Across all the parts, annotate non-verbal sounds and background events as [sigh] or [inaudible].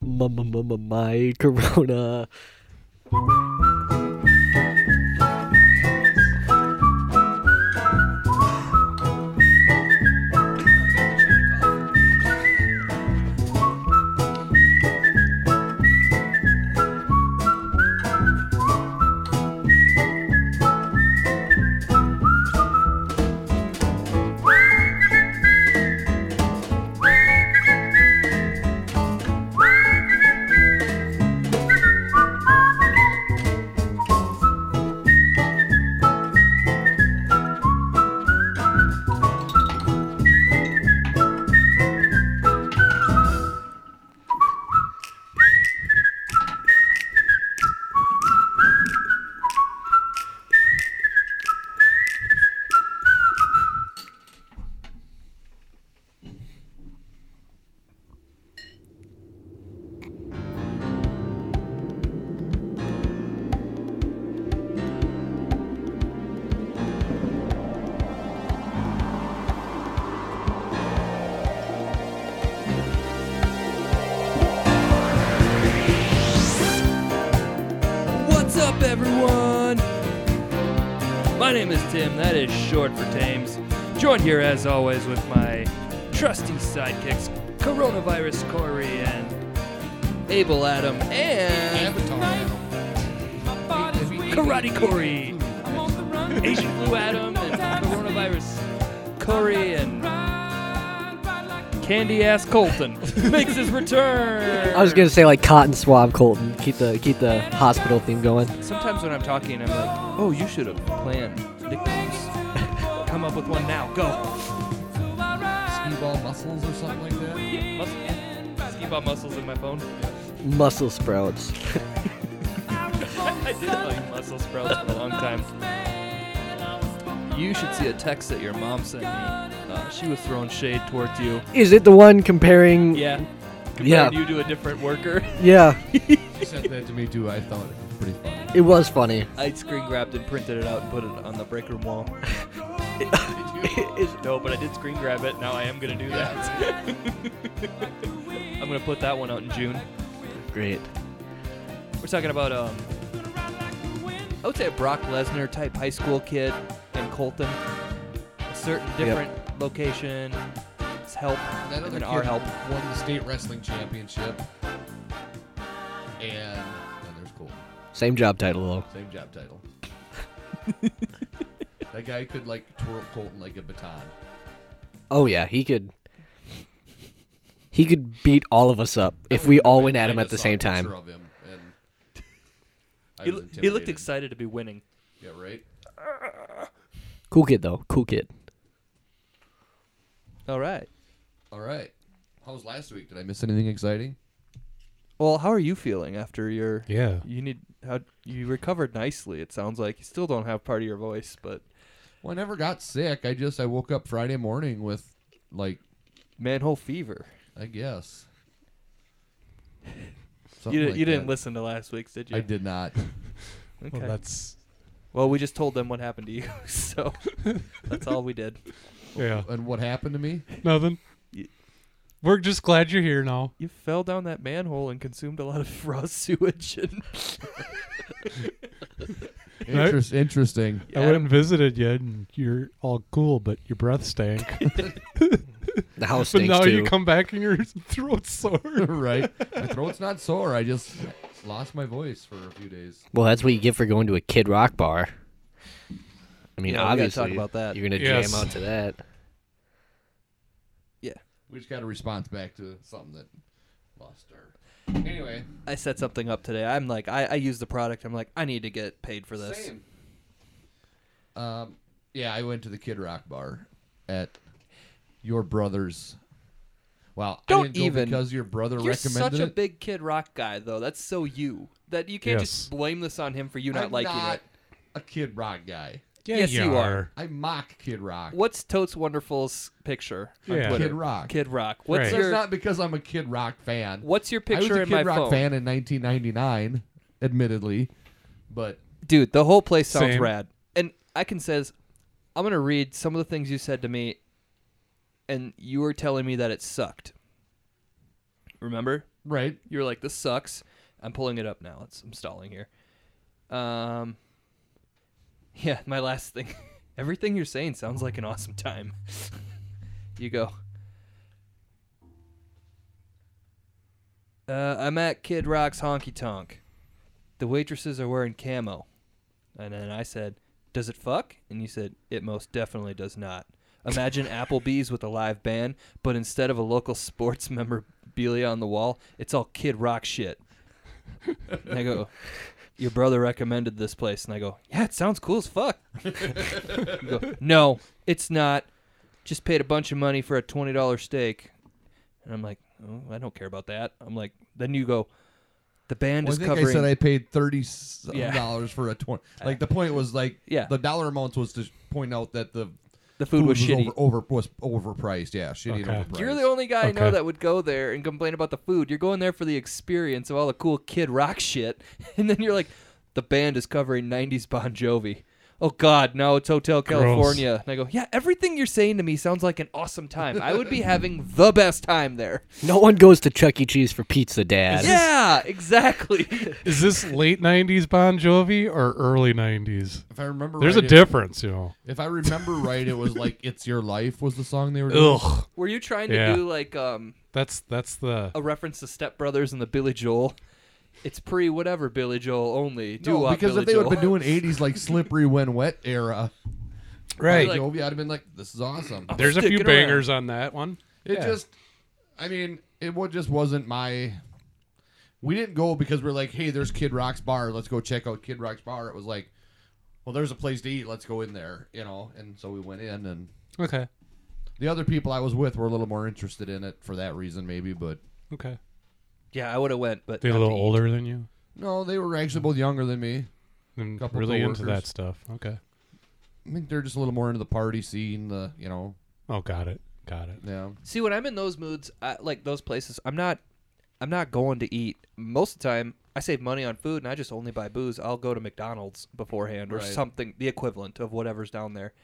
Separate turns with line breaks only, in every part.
my, my, my, my, my [laughs] corona.
What's up, everyone? My name is Tim. That is short for Tames. Joined here, as always, with my trusty sidekicks, Coronavirus Corey and Abel Adam and
Avatar now.
Karate Corey, Asian Blue Adam and Coronavirus Corey and Candy Ass Colton makes his return.
I was gonna say like cotton swab, Colton. Keep the keep the hospital theme going.
Sometimes when I'm talking, I'm like, oh, you should have planned nicknames. [laughs] Come up with one now. Go.
Skee-ball muscles or something like that.
Yeah, muscle. Skee ball muscles in my phone. [laughs]
Muscle sprouts.
I did like muscle sprouts for a long time. You should see a text that your mom sent me. Uh, she was throwing shade towards you.
Is it the one comparing?
Yeah.
Yeah.
Compared you to a different worker. [laughs]
Yeah. [laughs]
She sent that to me too. I thought it was pretty funny.
It was funny.
I screen grabbed and printed it out and put it on the break room [laughs] wall. no, but I did screen grab it. Now I am gonna do that. [laughs] I'm gonna put that one out in June.
Great.
We're talking about um, I would say a Brock Lesnar type high school kid in Colton, a certain different location. It's help
That
and
other
then
kid
our help.
won the state wrestling championship, and oh, there's cool.
Same job title though.
Same job
[laughs]
title. that guy could like twirl Colton like a baton.
Oh yeah, he could. He could beat all of us up if we all went at him
I
at the
just saw a
same
picture
time.
Of him and
[laughs]
I
He, loo- he
was
looked
intimidated.
excited to be winning.
Yeah, right.
Cool kid though. Cool kid.
All right.
All right. How was last week? Did I miss anything exciting?
Well, how are you feeling after your?
Yeah.
You need how you recovered nicely. It sounds like you still don't have part of your voice, but
Well, I never got sick. I just I woke up Friday morning with like
manhole fever.
I guess.
[laughs] You,
Something
di-
like
you didn't
that.
listen to last week's, did you?
I did not.
Okay.
Well, that's
Well, we just told them what happened to you, [laughs] so that's all we did.
yeah.
And what happened
[laughs]
to me?
Nothing.
Y-
We're just glad you're here now.
[laughs] You fell down that manhole and consumed a lot of [laughs] raw sewage. And
Right.
[laughs]
Interest, interesting.
I went and visited you, and you're all cool, but your breath stank.
The
[laughs]
house
but
stinks
now
too.
you come back and your [laughs] throat's sore.
[laughs] right. My throat's not sore. I just lost my voice for a few days.
well, that's what you get for going to a Kid Rock bar. I mean,
Yeah, we gotta
obviously,
talk about that.
you're gonna
Yes.
jam out to that.
We just got a response back to something that lost our. Anyway,
I set something up today. I'm like, I, I use the product. I'm like, I need to get paid for this.
same. Um, yeah, I went to the Kid Rock bar at your brother's. Wow, I
Don't
didn't go
even-
because your brother
You're
recommended
such a
it.
big Kid Rock guy, though. That's so you that you can't
Yes.
just blame this on him for you not
I'm
liking
not
it.
a Kid Rock guy.
[laughs] Yeah,
Yes, you are.
I mock Kid Rock.
What's Totes Wonderful's picture on
Yeah.
Twitter?
Kid Rock.
Kid Rock. What's
Right.
That's
your
not because I'm a Kid Rock fan.
What's your
I was
picture
a
in
Kid
my
Rock
phone,
fan in 1999, admittedly, but
dude? The whole place sounds
Same.
rad, and I can says, I'm gonna read some of the things you said to me, and you were telling me that it sucked. Remember?
Right.
You were like, "This sucks." I'm pulling it up now. It's, I'm stalling here. Um, [laughs] yeah, my last thing. [laughs] Everything you're saying sounds like an awesome time. [laughs] you go. Uh, I'm at Kid Rock's honky tonk. The waitresses are wearing camo, and then I said, "Does it fuck?" And you said, "It most definitely does not." Imagine Applebee's with a live band, but instead of a local [laughs] sports memorabilia on the wall, it's all Kid Rock shit. And I go, your brother recommended this place, and I go, yeah, it sounds cool as fuck. You go, no, it's not. Just paid a bunch of money for a twenty dollar steak, and I'm like, oh, I don't care about that. I'm like, then you go, the band
Well, I
is
think
covering.
I said I paid thirty
Yeah.
dollars for
[laughs]
a twenty. Like the point was like
Yeah.
the dollar amount was to point out that the
the food was shitty.
Over, over was overpriced. Yeah, shitty.
Okay.
And overpriced.
You're the only guy I know
Okay.
that would go there and complain about the food. You're going there for the experience of all the cool Kid Rock shit, [laughs] and then you're like, the band is covering '90s Bon Jovi. Oh God, no! It's Hotel California, and I go, yeah. Everything you're saying to me sounds like an awesome time. I
[laughs]
would be having the best time there.
No one goes to Chuck E. Cheese for pizza, Dad.
yeah, exactly. [laughs]
Is this late '90s Bon Jovi or early '90s?
if I remember,
There's a
right, it-
difference, you know.
If I remember right, it was like "It's Your Life" was the song
[laughs]
they were doing.
Ugh,
Were you trying to
Yeah.
do like um,
that's that's the
a reference to Step Brothers and the Billy Joel? It's pre whatever Billy Joel only. Do
No, because
Billy
if they would
Joel.
have been doing '80s like "Slippery When Wet" era,
[laughs] right.
Like-
Jovi, I'd have been like, "This is awesome."
There's a
Stick
few
it around.
bangers on that one.
It
Yeah.
just, I mean, it wa- just wasn't my. We didn't go because we're like, hey, there's Kid Rock's bar. Let's go check out Kid Rock's bar. It was like, well, there's a place to eat. Let's go in there, you know. And so we went in, and
okay,
the other people I was with were a little more interested in it for that reason, maybe. But
okay.
[laughs] yeah, I would have went, but
They a
not
little
to eat.
older than you.
no, they were actually both younger than me.
And
Couple
really into that
coworkers.
stuff. Okay.
I think they're just a little more into the party scene, the you know,
Oh, got it. Got it.
yeah.
See, when I'm in those moods, I, like those places, I'm not, I'm not going to eat. Most of the time, I save money on food and I just only buy booze. I'll go to McDonald's beforehand or
Right.
something, the equivalent of whatever's down there.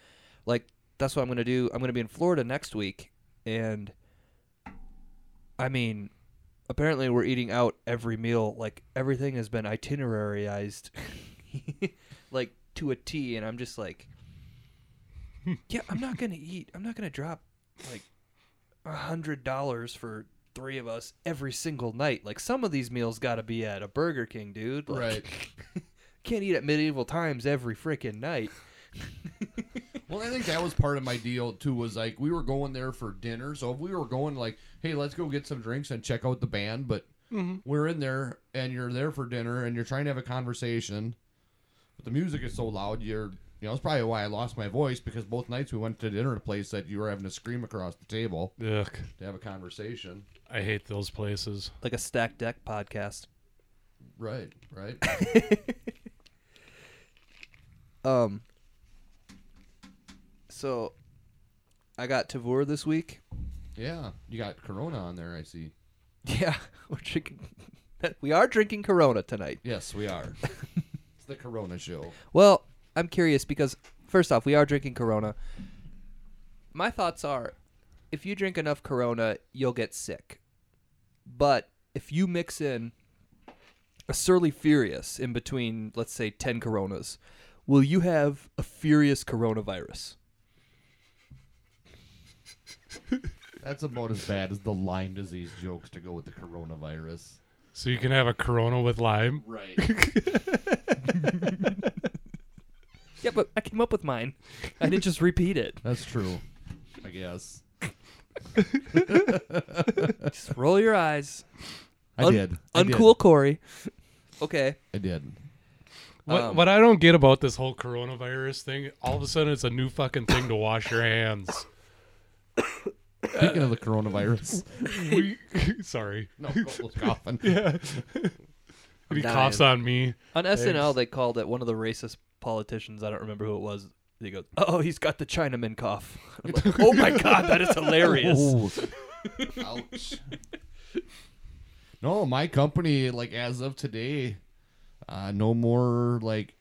Like that's what I'm gonna do. I'm gonna be in Florida next week, and I mean, apparently we're eating out every meal. Like everything has been itinerarized, [laughs] like to a T, and I'm just like, yeah, I'm not gonna eat. I'm not gonna drop like a hundred dollars for three of us every single night. Like some of these meals got to be at a Burger King, dude. Like,
Right.
Can't eat at medieval times every freaking night.
Well, I think that was part of my deal too. Was like we were going there for dinner, so if we were going like, hey, let's go get some drinks and check out the band, but we're in there and you're there for dinner and you're trying to have a conversation, but the music is so loud, you're you know, it's probably why I lost my voice because both nights we went to dinner at a place that you were having to scream across the table
Ugh,
to have a conversation.
I hate those places.
Like a stacked deck podcast.
Right, right.
Um. So, I got Tavor this week.
yeah, you got Corona on there. I see.
[laughs] Yeah, we're drinking. [laughs] we are drinking Corona tonight.
Yes, we are. it's the Corona show.
Well, I'm curious because first off, we are drinking Corona. My thoughts are if you drink enough Corona, you'll get sick. But if you mix in a surly furious in between, let's say 10 Coronas, will you have a furious coronavirus?
That's about as bad as the Lyme disease jokes to go with the coronavirus.
So you can have a Corona with lime.
Right.
[laughs] Yeah, but I came up with mine. I [laughs] didn't just repeat it.
That's true. I guess.
Just roll your eyes.
I
Un-
did. I did.
Uncool Corey. Okay.
I did.
What,
Um,
what I don't get about this whole coronavirus thing, all of a sudden it's a new fucking thing to wash
[laughs]
your hands.
Speaking of the coronavirus.
We, [laughs] sorry.
no, Cole's coughing.
And he
dying.
coughs on me.
On SNL, they called it one of the racist politicians. I don't remember who it was. He goes, "Oh, he's got the Chinaman cough." I'm [laughs] like, oh my god, that is hilarious.
Oh. Ouch. No, my company, like as of today, uh, no more like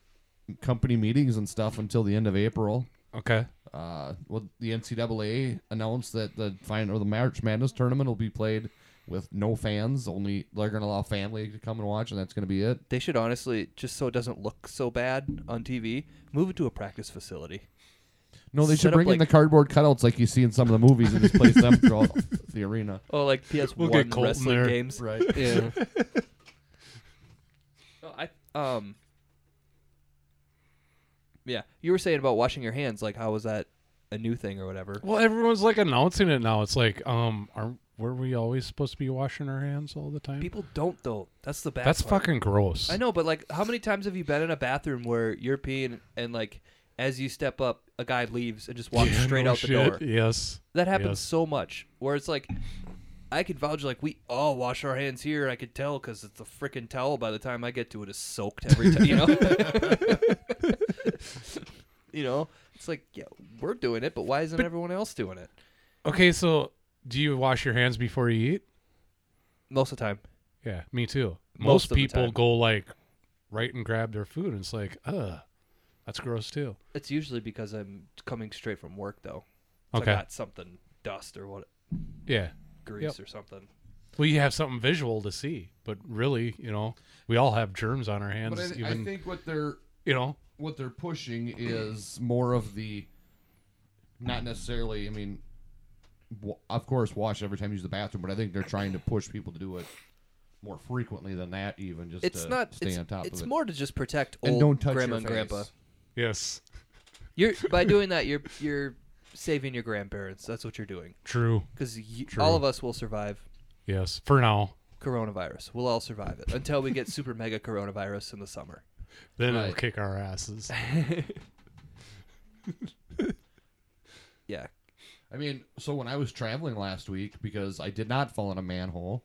company meetings and stuff until the end of April.
Okay.
Uh, well, the NCAA announced that the final or the March Madness tournament will be played with no fans. Only they're gonna allow family to come and watch, and that's gonna be it.
They should honestly, just so it doesn't look so bad on TV, move it to a practice facility.
No, they
Set
should
up,
bring in
like-
the cardboard cutouts like you see in some of the movies and just place them throughout the arena.
Oh, like PS1
We'll get Colton
wrestling
there.
games.
Right.
[laughs]
Yeah.
No, I um. Yeah, you were saying about washing your hands. Like, how was that a new thing or whatever?
Well, everyone's like announcing it now. It's like, um, are were we always supposed to be washing our hands all the time?
People don't though. That's the bad.
That's
part.
fucking gross.
I know, but like, how many times have you been in a bathroom where you're peeing and like, as you step up, a guy leaves and just
[laughs]
walks
Yeah,
straight
no
out the door?
shit. Yes.
That happens
Yes.
so much. Where it's like, I could vouch like we all wash our hands here. I could tell because it's the freaking towel. By the time I get to it, it's soaked every time. You
[laughs]
know. you know, it's like yeah, we're doing it, but why isn't everyone else doing it?
Okay, so do you wash your hands before you eat?
Most of the time.
Yeah, me too.
Most
Most,
of the
people
time.
go like right and grab their food, and it's like, ugh, that's gross too.
It's usually because I'm coming straight from work though. So
Okay,
I got something dust or what
yeah.
grease
Yep.
or something.
Well, you have something visual to see, but really, you know, we all have germs on our hands.
But I, I
even
think what they're
you know,
what they're pushing is more of the not necessarily i mean wa- of course wash every time you use the bathroom but i think they're trying to push people to do it more frequently than that even just
It's
to
not.
stay
It's,
on top
it's
of it
more to just protect old
and don't touch
grandma
your
and grandpa.
face.
yes,
[laughs]
You're by doing that, you're you're saving your grandparents. That's what you're doing.
true,
Because
True.
all of us will survive
yes. For now,
coronavirus. We'll all survive it until we get
[laughs]
super mega coronavirus in the summer.
then it'll
Right.
kick
[laughs]
our asses.
Yeah.
i mean so when i was traveling last week because i did not fall in a manhole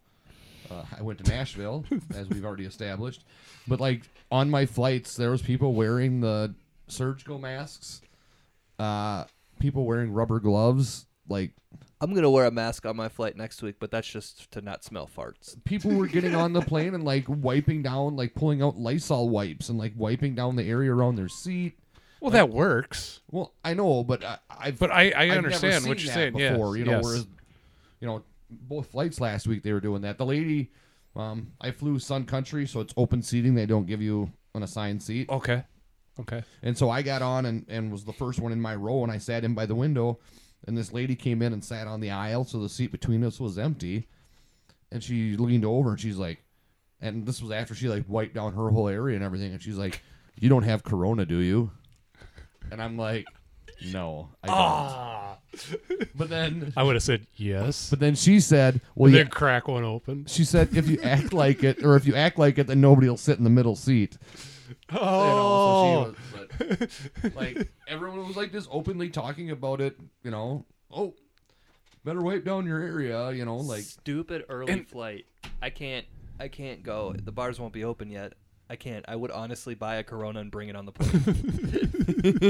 uh, i went to nashville as we've already established but like on my flights there was people wearing the surgical masks uh, people wearing rubber gloves like
I'm going to wear a mask on my flight next week, but that's just to not smell farts.
people were getting on the plane and like wiping down, like pulling out Lysol wipes and like wiping down the area around their seat.
Well, that works,
Well, I know, but I, I've
but I I
I've never
understand what
seen
you're
that
saying.
Before
yes,
you know,
yes.
whereas you know, both flights last week they were doing that. The lady, um, I flew Sun Country, so it's open seating. They don't give you an assigned seat.
okay, okay.
And so I got on and, and was the first one in my row, and I sat in by the window. And this lady came in and sat on the aisle, so the seat between us was empty. And she leaned over and she's like, and this was after she like wiped down her whole area and everything. And she's like, "You don't have corona, do you?" And I'm like, "No, I don't."
Ah.
But then,
I would have said yes.
Ah. but then she said, "Well,
then
yeah."
crack one open.
[laughs] She said, "If you act like it, or if you act like it, then nobody will sit in the middle seat." you know, "Oh, so
Oh.
she was, but, like everyone was like just openly talking about it, you know. Oh, better wipe down your area, you know, like
Stupid early flight. I can't. I can't go. The bars won't be open yet. I can't. I would honestly buy a Corona and bring it on the plane.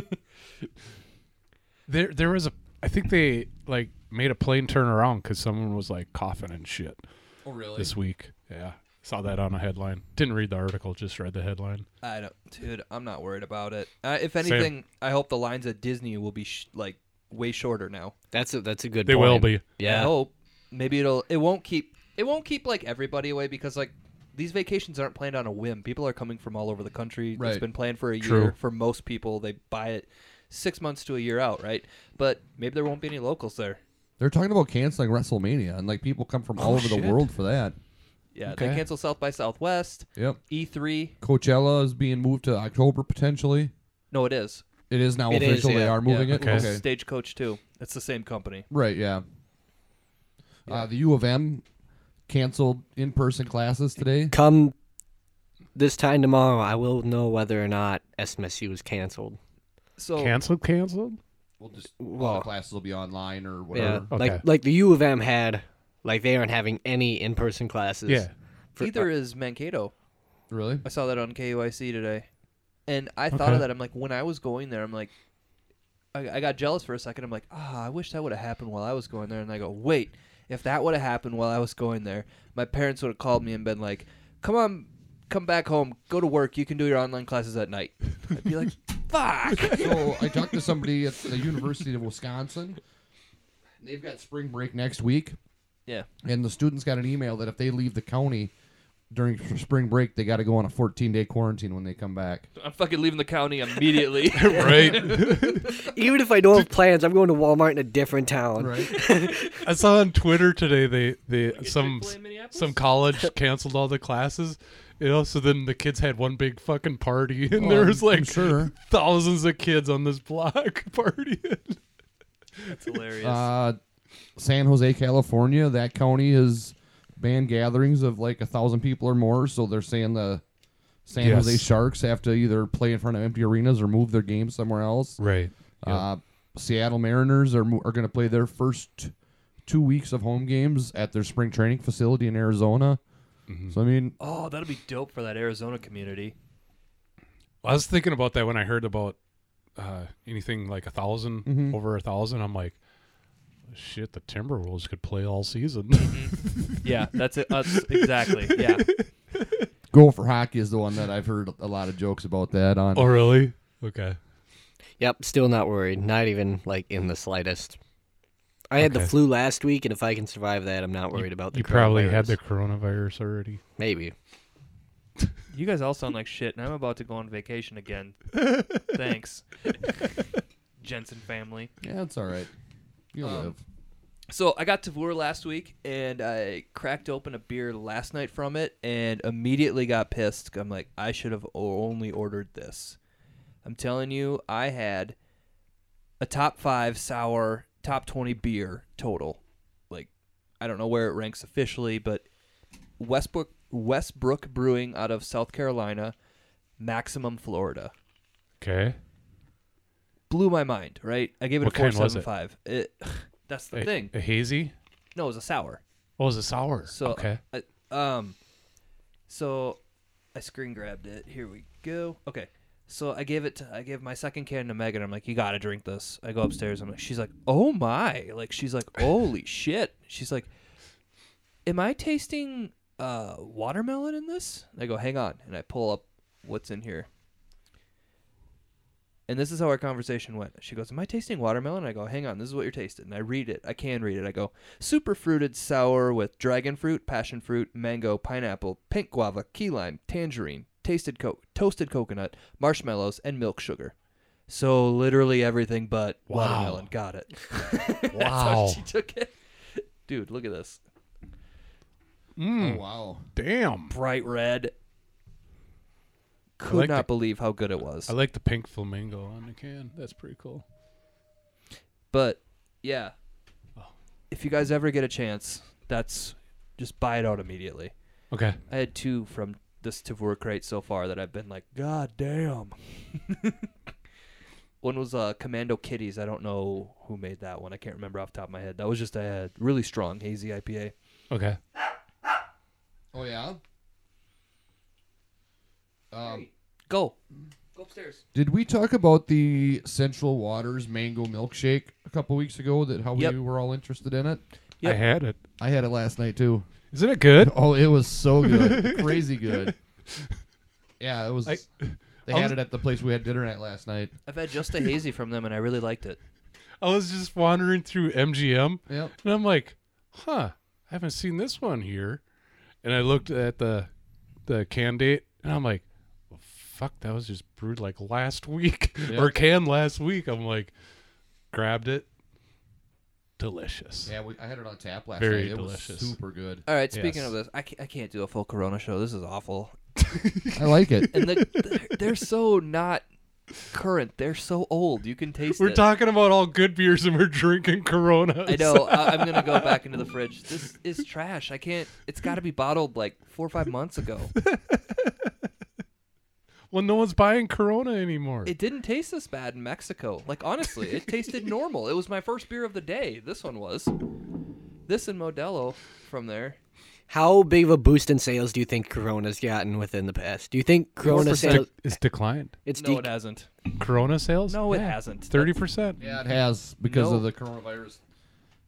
There, there was a. I think they like made a plane turn around because someone was like coughing and shit
oh really?
this week. Yeah, saw that on a headline. Didn't read the article, just read the headline.
I don't, dude. I'm not worried about it. Uh, if anything, I hope the lines at Disney will be sh- like way shorter now.
That's a that's a good.
They will
point.
be.
I
Yeah.
hope maybe it'll it won't keep it won't keep like everybody away because like these vacations aren't planned on a whim. People are coming from all over the country. It's
Right.
been planned for a
True.
year for most people. They buy it six months to a year out, right? But maybe there won't be any locals there.
They're talking about canceling WrestleMania, and like people come from all
Oh,
over
shit.
the world for that.
Yeah, they
Okay.
cancel South by Southwest, E
Yep,
E3.
Coachella is being moved to October potentially.
No, it is
It is now
It is,
official. They
yeah.
are moving
Yeah,
it.
Okay.
Stagecoach too. It's the same company.
Right. Yeah. Uh, the U of M canceled in-person classes today.
Come this time tomorrow, I will know whether or not SMSU is canceled.
So
Canceled, canceled.
We'll just all
Well-
the classes will be online or
Yeah.
whatever.
Okay.
Like like the U of M had, like they aren't having any in person classes.
Yeah,
[laughs] For- uh,
either is Mankato.
Really?
I saw that on KUIC today, and I thought
Okay.
of that. I'm like, when I was going there, I'm like, I, I got jealous for a second. I'm like, ah, I wish that would have happened while I was going there. And I go, wait, if that would have happened while I was going there, my parents would have called me and been like, come on, come back home, go to work. You can do your online classes at night.
[laughs]
I'd be like, fuck.
[laughs]
So I talked to somebody at the University of Wisconsin. They've got spring break next week,
Yeah.
And the students got an email that if they leave the county during spring break, they got to go on a 14 day quarantine when they come back.
I'm fucking leaving the county [laughs] immediately.
right?
Even if I don't have plans, I'm going to Walmart in a different town.
[laughs]
[laughs]
I saw on Twitter today they they some
Chick-fil-A in Minneapolis?
some college canceled all the classes. You know, so then the kids had one big fucking party, [laughs] and there
Um,
was like
I'm sure.
thousands of kids on this block [laughs] partying.
That's hilarious.
Uh, San Jose, California, that county has banned gatherings of like a thousand people or more. So they're saying the San
Yes.
Jose Sharks have to either play in front of empty arenas or move their game somewhere else.
Right.
Uh, Seattle Mariners are mo- are going to play their first two weeks of home games at their spring training facility in Arizona. So I mean,
oh, that'll be dope for that Arizona community.
Well, I was thinking about that when I heard about uh, anything like a 1000 over a thousand. I'm like, shit, the Timberwolves could play all season. [laughs]
Yeah, that's it. Us [laughs] exactly. Yeah.
go for hockey is the one that I've heard a lot of jokes about that on.
oh, really? Okay.
Yep, still not worried. Not even like in the slightest. I had the
Okay.
flu last week, and if I can survive that, I'm not worried about the.
you probably had
coronavirus.
the coronavirus already.
maybe.
You guys all sound like shit, and I'm about to go on vacation again. Thanks, [laughs] Jensen family.
Yeah, it's all right. You'll
Um,
live.
So I got Tavor last week, and I cracked open a beer last night from it, and immediately got pissed. I'm like, I should have o- only ordered this. I'm telling you, I had a top five sour, top twenty beer total. Like, I don't know where it ranks officially, but Westbrook Westbrook Brewing out of South Carolina, Maximum Florida
Okay.
blew my mind. Right, I gave it
What
a four
kind was
seven
it?
five. It, [sighs] that's the
A,
thing.
a hazy?
No, it was a sour.
Oh, is it sour?
So
okay.
I, um, so I screen grabbed it. Here we go. Okay. So I gave it. To, I gave my second can to Megan. I'm like, you gotta drink this. I go upstairs. I'm like, she's like, oh my. Like she's like, holy shit. She's like, am I tasting uh watermelon in this? And I go, hang on, and I pull up what's in here. And this is how our conversation went. She goes, Am I tasting watermelon? I go, Hang on, this is what you're tasting. And I read it. I can read it. I go, Super fruited sour with dragon fruit, passion fruit, mango, pineapple, pink guava, key lime, tangerine, tasted co- toasted coconut, marshmallows, and milk sugar. So literally everything but
Wow.
watermelon. Got it. [laughs] That's how
Wow.
she took it. Dude, look at this.
Mm,
Oh, wow.
Damn.
Bright red. Could
like
not
the-
believe how good it was.
I like the pink flamingo on the can. That's pretty cool.
But yeah,
Oh.
if you guys ever get a chance, that's just buy it out immediately.
Okay.
I had two from this Tavor crate so far that I've been like, God damn. [laughs] one was uh, Commando Kitties. I don't know who made that one. I can't remember off the top of my head. That was just a really strong hazy IPA.
Okay.
Oh yeah. Um,
Go.
did we talk about the Central Waters mango milkshake a couple weeks ago? That how
Yep.
we were all interested in it.
Yep.
I had it.
I had it last night too.
Isn't it good?
Oh, it was so good, crazy good. Yeah, it was.
I-
they
I
had
was-
it at the place we had dinner at last night.
I've had
[laughs]
just a hazy from them, and I really liked it.
I was just wandering through MGM
Yep.
And I'm like, huh, I haven't seen this one here. And I looked at the the can date and I'm like, well, fuck, that was just brewed like last week [laughs]
Yeah.
or canned last week. I'm like, grabbed it. Delicious.
Yeah, we, I had it on tap last
Very
night. It
delicious.
was super good.
[laughs] All right, speaking
Yes.
of this, I ca- I can't do a full Corona show. This is awful.
I like
[laughs]
it.
and the, they're, they're so not current. They're so old. You can taste
We're
it.
talking about all good beers and we're drinking Corona.
I know. I, I'm gonna go back into the fridge. This is trash. I can't. It's got to be bottled like four or five months ago.
Well, no one's buying Corona anymore.
It didn't taste this bad in Mexico. Like honestly, it tasted normal. It was my first beer of the day. This one was. This and Modelo from there.
How big of a boost in sales do you think Corona's gotten within the past? Do you think Corona
It's de-
sales?
it's declined.
It's
no, it
dec-
hasn't.
Corona sales?
No, it hasn't.
Thirty percent.
Yeah, it has because of
No.
the coronavirus.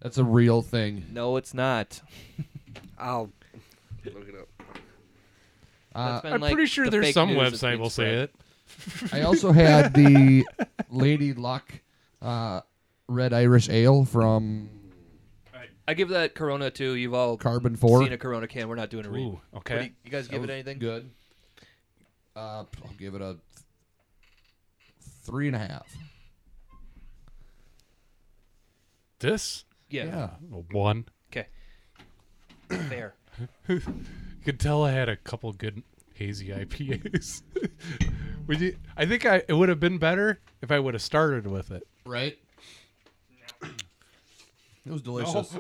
That's a real thing.
No, it's not.
I'll
That's
Uh,
been,
I'm
like,
pretty sure
the
there's
fake
some
news that's
website
been
will
spread.
say it.
I also had the Lady Luck uh, Red Irish Ale from
I give that Corona too. You've all
Carbon four.
seen a Corona can. We're not doing a read.
Ooh,
What do
okay.
you, you guys give it anything?
Good. Uh, I'll give it a three and a half.
This
Yeah.
a one.
Okay. Fair.
You could tell I had a couple good hazy IPAs. [laughs] would you? I think I it would have been better if I would have started with it.
Right? It was delicious.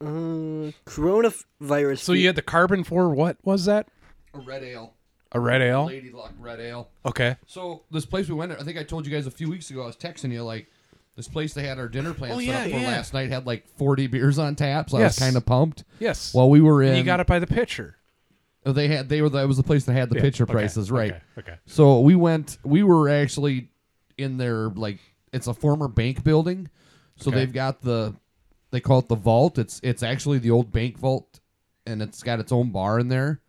Uh, coronavirus.
So you had the carbon for what was that?
[laughs] A red ale.
A red ale.
Lady Luck red ale.
Okay.
So this place we went, to, I think I told you guys a few weeks ago. I was texting you like this place they had our dinner plan
Oh,
set up
yeah,
for
yeah.
last night had like 40 beers on tap. So I was
Yes.
kind of pumped.
Yes.
While we were in,
you got it by the pitcher.
They had they were that was the place that had the
Yeah,
picture
okay,
prices right.
okay, okay.
So we went. We were actually in their like it's a former bank building, so
Okay.
they've got the they call it the vault. It's it's actually the old bank vault, and it's got its own bar in there,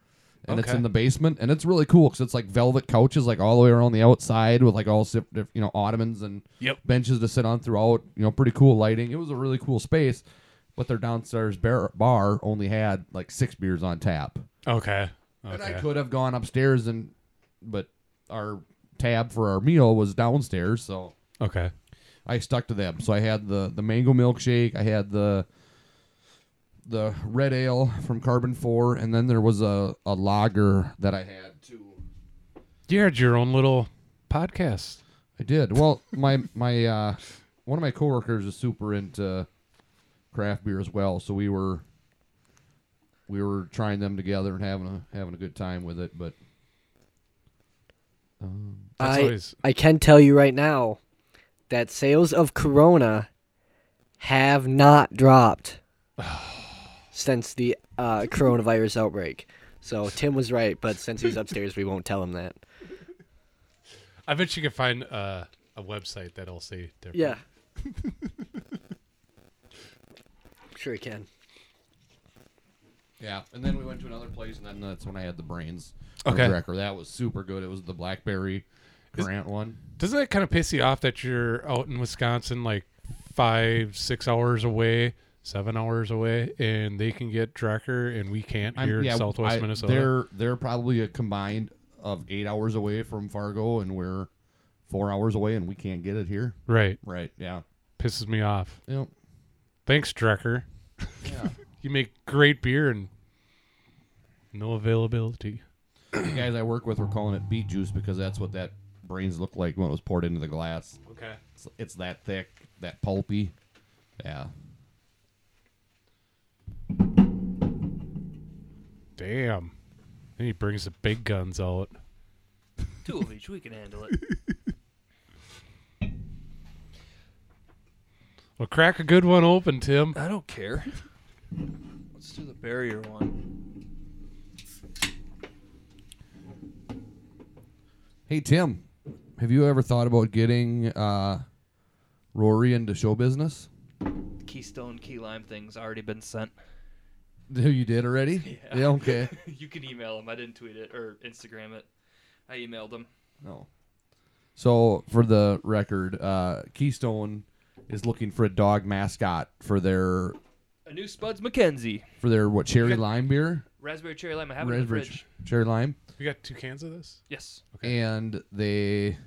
and it's
Okay.
in the basement, and it's really cool because it's like velvet couches like all the way around the outside with like all sip- diff- you know ottomans and
Yep.
benches to sit on throughout. You know, pretty cool lighting. It was a really cool space. But their downstairs bar, bar only had like six beers on tap.
Okay.
And
Okay.
I could have gone upstairs and, but our tab for our meal was downstairs, so
Okay.
I stuck to them. So I had the the mango milkshake, I had the the red ale from Carbon Four, and then there was a a lager that I had too.
You had your own little podcast.
I did well. [laughs] My my uh, one of my coworkers is super into craft beer as well, so we were we were trying them together and having a having a good time with it, but.
That's
I,
always-
I can tell you right now that sales of Corona have not
[sighs]
dropped since the uh, coronavirus outbreak. So Tim was right, but since he's upstairs, we won't tell him that.
I bet you could find uh, a website that'll say different. [laughs]
Yeah. sure he can.
Yeah, and then we went to another place, and then that's when I had the brains.
Okay.
Wrecker. That was super good. It was the blackberry Grant one.
Doesn't that kind of piss you off that you're out in Wisconsin, like five, six hours away, seven hours away, and they can get Drecker and we can't
I'm-
here in Southwest
I-
Minnesota?
They're they're probably a combined of eight hours away from Fargo, and we're four hours away, and we can't get it here.
Right.
Right. Yeah.
Pisses me off.
Yep.
Thanks, Drecker.
Yeah.
[laughs] You make great beer and no availability.
the guys I work with were calling it beet juice because that's what that brains looked like when it was poured into the glass.
Okay.
It's, it's that thick, that pulpy. Yeah.
Damn. Then he brings the big guns out.
Two of each. We can handle it.
[laughs] Well, crack a good one open, Tim.
I don't care. Let's do the barrier one.
Hey Tim, have you ever thought about getting uh, Rory into show business?
The Keystone Key Lime thing's already been sent. [laughs]
Who you did already? Yeah. okay.
you can email him. I didn't tweet it or Instagram it. I emailed him.
no. So for the record, uh, Keystone is looking for a dog mascot for their
A new Spuds McKenzie.
for their what cherry lime beer,
Raspberry cherry lime. I have it in the
raspberry
fridge.
ch- cherry lime,
We got two cans of this?
Yes.
and they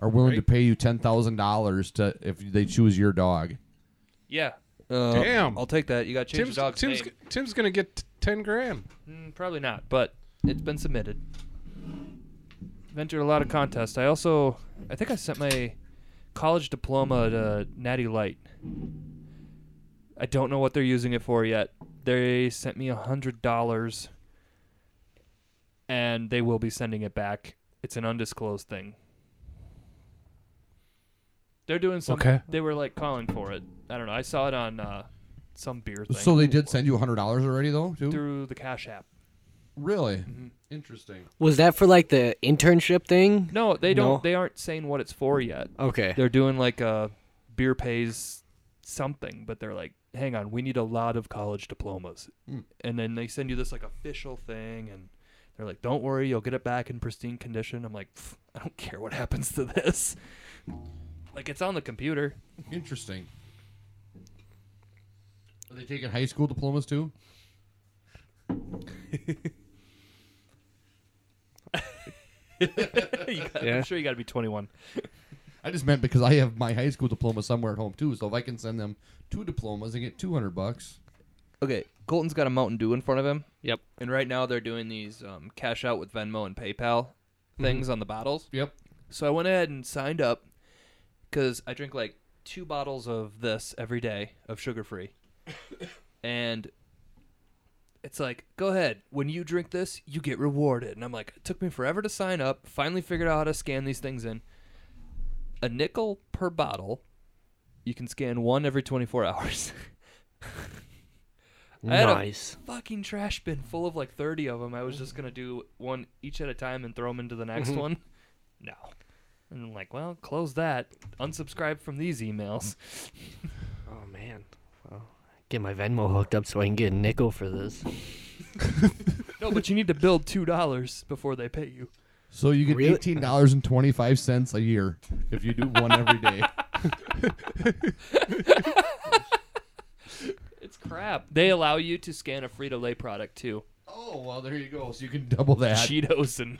are willing to pay you ten thousand dollars to if they choose your dog.
Yeah. Uh,
Damn.
I'll take that. You got to change
Tim's,
the dog's
Tim's,
name.
Tim's going to get t- 10 grand.
Mm, probably not, but it's been submitted. I've entered a lot of contests. I also, I think I sent my college diploma to Natty Light. I don't know what they're using it for yet. They sent me a hundred dollars, and they will be sending it back. It's an undisclosed thing. They're doing something.
Okay.
They were like calling for it. I don't know. I saw it on uh, some beer thing.
So they did send you hundred dollars already, though. Too
through the Cash App.
really interesting.
Was that for like the internship thing?
No, they don't.
No.
They aren't saying what it's for yet.
Okay.
They're doing like a beer pays something, but they're like, hang on, we need a lot of college diplomas, and then they send you this like official thing, and they're like, don't worry, you'll get it back in pristine condition. I'm like, "Pff, I don't care what [laughs] happens to [laughs] this. Like it's on the computer.
Interesting. Are they taking high school diplomas too?
You got-
Yeah.
I'm sure you got to be 21.
I just meant because I have my high school diploma somewhere at home too. So if I can send them two diplomas, they get two hundred bucks.
Okay, Colton's got a Mountain Dew in front of him,
Yep.
and right now they're doing these um, cash out with Venmo and PayPal things on the bottles.
Yep.
So I went ahead and signed up because I drink like two bottles of this every day of sugar free. and it's like, go ahead. When you drink this, you get rewarded. And I'm like, it took me forever to sign up. Finally figured out how to scan these things in. A nickel per bottle. You can scan one every 24 [laughs] hours. I had a
Nice.
fucking trash bin full of like 30 of them. I was just going to do one each at a time and throw them into the next one. [laughs] No. And I'm like, well, close that. Unsubscribe from these [laughs] emails.
Oh man. Well, get my Venmo hooked up so I can get a nickel for this.
no, but you need to build $2 before they pay you.
So you get
Really?
eighteen dollars and twenty five cents a year if you do one every day.
It's crap. They allow you to scan a Frito Lay product too.
[laughs] Oh well, there you go. So you can double that.
Cheetos and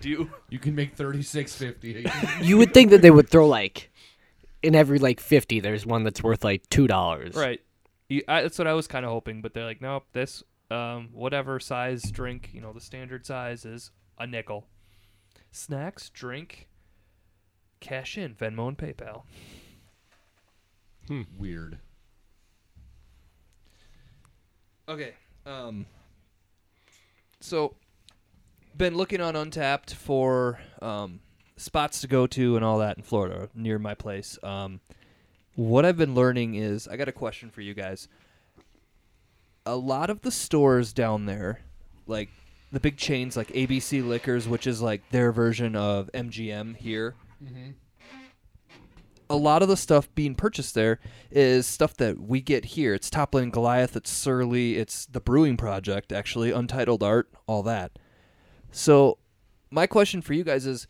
[laughs] do.
You can make thirty six [laughs] fifty.
You would think that they would throw like in every like 50 there's one that's worth like $2.
Right. You, I, that's what I was kind of hoping, but they're like, nope, this, um, whatever size drink, you know, the standard size is a nickel. Snacks, drink, cash in, Venmo and PayPal.
Weird.
Okay. Um. So, been looking on Untapped for um, spots to go to and all that in Florida near my place. Um, what I've been learning is I got a question for you guys. A lot of the stores down there, like the big chains like ABC Liquors, which is like their version of MGM here. A lot of the stuff being purchased there is stuff that we get here. It's Toppling Goliath, it's Surly, it's the Brewing Project, actually, Untitled Art, all that. So, my question for you guys is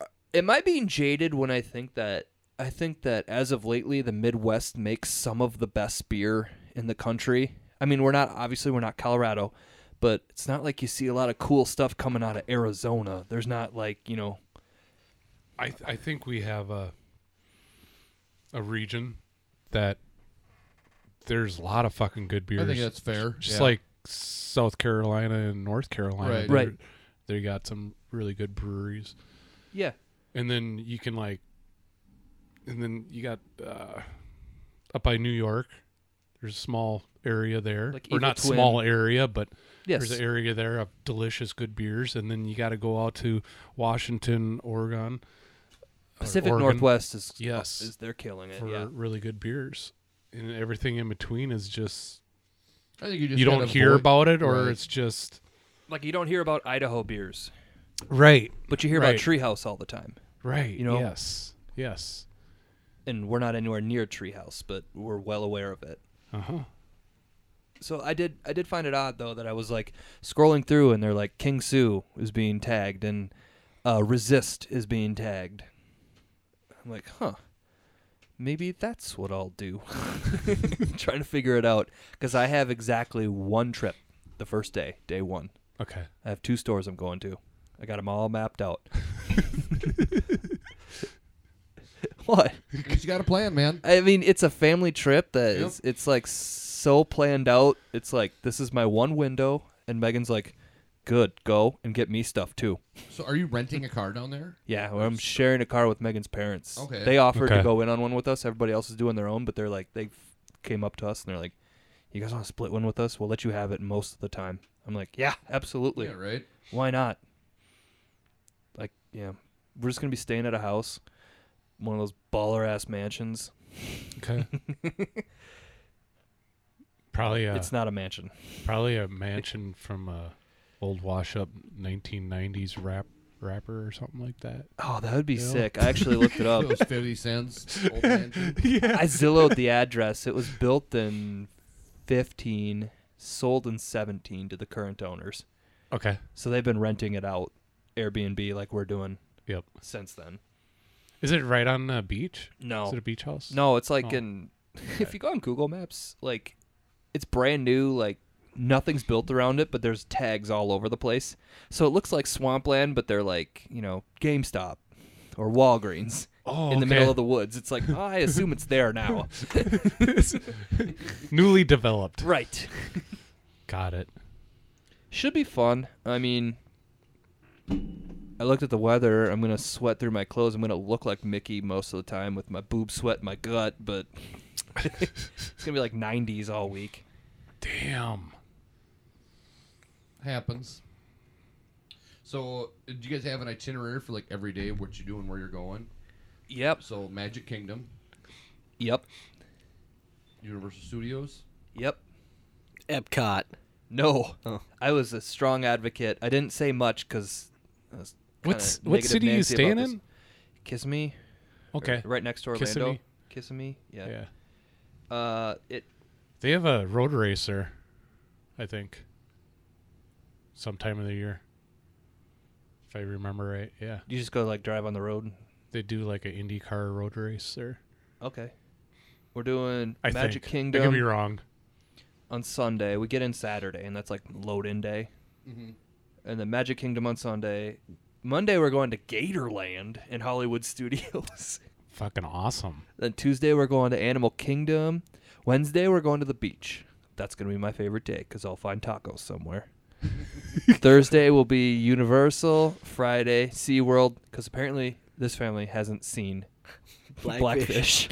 uh, am I being jaded when I think that I think that as of lately the Midwest makes some of the best beer in the country. I mean, we're not obviously we're not Colorado, but it's not like you see a lot of cool stuff coming out of Arizona. There's not like, you know,
I th- I think we have a a region that there's a lot of fucking good beers.
I think that's fair.
just
Yeah.
like South Carolina and North Carolina.
Right.
they're-
Right.
They got some really good breweries,
yeah,
and then you can like, and then you got uh, up by New York. There's a small area there,
Like
or
Evil
not
Twin.
small area, but
yes.
there's an area there of delicious good beers, and then you got to go out to Washington, Oregon, or
Pacific
Oregon
Northwest is
Yes.
is they're killing it.
for
yeah.
really good beers, and everything in between is just
I think you just
you don't
gotta
hear
avoid- [laughs]
about it, or
Right.
it's just
Like you don't hear about Idaho beers,
right,
but you hear
Right.
about Treehouse all the time.
right.
You know?
yes, yes,
And we're not anywhere near Treehouse, but we're well aware of it.
uh huh.
So I did I did find it odd though that I was like scrolling through and they're like King Sue is being tagged and uh, Resist is being tagged. I'm like, huh. Maybe that's what I'll do. [laughs] Trying to figure it out because I have exactly one trip the first day, day one.
Okay,
I have two stores I'm going to. I got them all mapped
[laughs]
out. what?
You just got a plan, man.
I mean, it's a family trip that
Yep.
is- it's like so planned out. It's like this is my one window, and Megan's like, "Good, go and get me stuff too."
So are you renting a car down there?
Yeah, well, I'm sharing a car with Megan's parents.
Okay.
They offered
Okay.
to go in on one with us. Everybody else is doing their own, but they're like they f- came up to us and they're like, "You guys want to split one with us? We'll let you have it most of the time." I'm like, "Yeah, absolutely.
Yeah, right.
Why not?" Like, yeah, we're just gonna be staying at a house, one of those baller ass mansions. [laughs]
okay. probably a
It's not a mansion.
probably a mansion from a old wash up 1990s rap rapper or something like that.
Oh, that would be
Yeah.
sick. I actually looked it up.
[laughs]
Those fifty cents. Old mansion.
I zillowed the address. It was built in 15, sold in 17 to the current owners.
Okay,
So they've been renting it out Airbnb like we're doing
yep.
since then.
Is it right on a beach? Is
No.
it a beach house?
No, it's like
Oh.
in [laughs] if you go on Google Maps, like it's brand new, like nothing's built around it, but there's tags all over the place. So it looks like swampland, but they're like, you know, GameStop or Walgreens.
Oh,
in the
okay.
middle of the woods. It's like, I assume it's there now.
Newly developed.
right.
Got it.
Should be fun. I mean, I looked at the weather. I'm going to sweat through my clothes. I'm going to look like Mickey most of the time with my boob sweat in my gut, but [laughs] it's going to be like 90s all week.
Damn.
Happens. So, uh, do you guys have an itinerary for like every day of what you do and where you're going?
Yep.
So, Magic Kingdom,
Yep.
Universal Studios.
Yep.
Epcot.
No.
Oh.
I was a strong advocate. I didn't say much because.
What's what city you staying in?
Kiss me.
Okay.
Right next to Orlando.
Kissimmee.
Kissimmee, Yeah.
Yeah.
Uh, it
They have a road racer, I think. Sometime of the year. If I remember right. Yeah.
you just go like drive on the road.
They do like an IndyCar road race there.
Okay. We're doing
I
Magic
think.
Kingdom
I could be wrong.
on Sunday. We get in Saturday, and that's like load in day. And then Magic Kingdom on Sunday. Monday, we're going to Gatorland in Hollywood Studios. [laughs]
Fucking awesome.
then Tuesday, we're going to Animal Kingdom. Wednesday, we're going to the beach. That's going to be my favorite day because I'll find tacos somewhere. Thursday will be Universal. Friday, SeaWorld, because apparently this family hasn't seen Blackfish.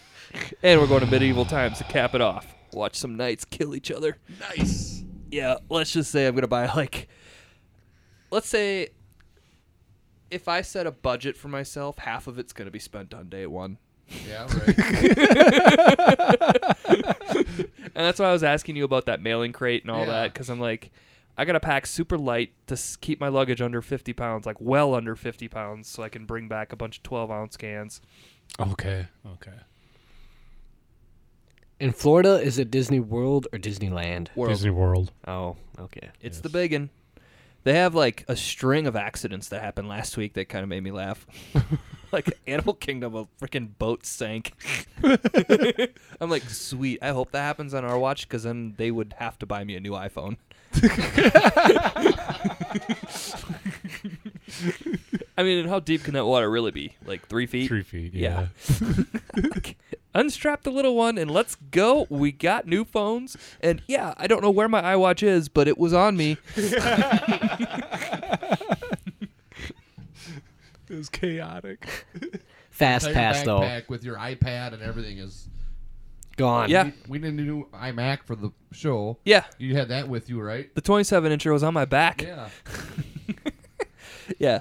[laughs] and we're going to medieval times to cap it off. Watch some knights kill each other.
Nice.
Yeah, let's just say I'm going to buy like let's say if I set a budget for myself, half of it's going to be spent on day 1.
[laughs]
Yeah, right.
And that's why I was asking you about that mailing crate and all
Yeah.
that cuz I'm like I got to pack super light to s- keep my luggage under 50 pounds, like well under 50 pounds so I can bring back a bunch of 12 ounce cans.
Okay. Okay.
In Florida, is it Disney World or Disneyland?
World.
Disney World.
Oh, okay.
It's the big one. They have like a string of accidents that happened last week that kind of made me [laughs] laugh. like Animal Kingdom, a freaking boat sank. [laughs] I'm like, sweet. I hope that happens on our watch because then they would have to buy me a new iPhone. [laughs] I mean, and how deep can that water really be? Like three feet?
Three feet.
Yeah.
Yeah.
Unstrap the little one and let's go. We got new phones. And yeah, I don't know where my iWatch is, but it was on me.
it was chaotic.
Fast
Entire
pass though.
backpack with your iPad and everything [laughs] is.
Gone.
Yeah.
We, we didn't do iMac for the show.
Yeah,
You had that with you, right?
the 27 incher was on my back.
Yeah.
[laughs] Yeah.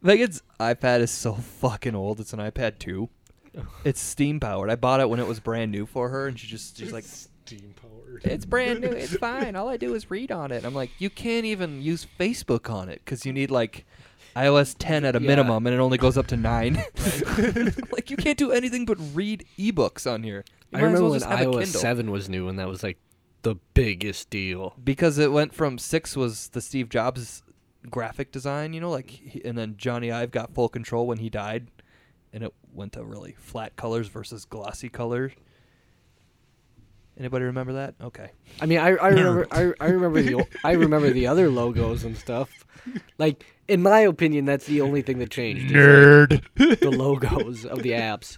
Megan's iPad is so fucking old. It's an iPad
[laughs]
2. It's steam powered. I bought it when it was brand new for her, and she just
[laughs]
she's like,
steam powered.
"It's brand new. It's fine. All I do is read on it." I'm like, "You can't even use Facebook on it because you need like iOS 10 at a
Yeah.
minimum, and it only goes up
[laughs]
to nine. [laughs] like you can't do anything but read ebooks on here. You
I
might as
remember
well
when
just have a
iOS
Kindle.
seven was new and that was like the biggest deal.
because it went from six was the Steve Jobs graphic design, you know, like, he, and then Johnny Ive got full control when he died, and it went to really flat colors versus glossy colors. Anybody remember that? Okay.
I mean, I, I remember I, I remember the o- I remember the other logos and stuff. Like in my opinion, that's the only thing that changed. is,
Nerd.
like, the logos of the apps.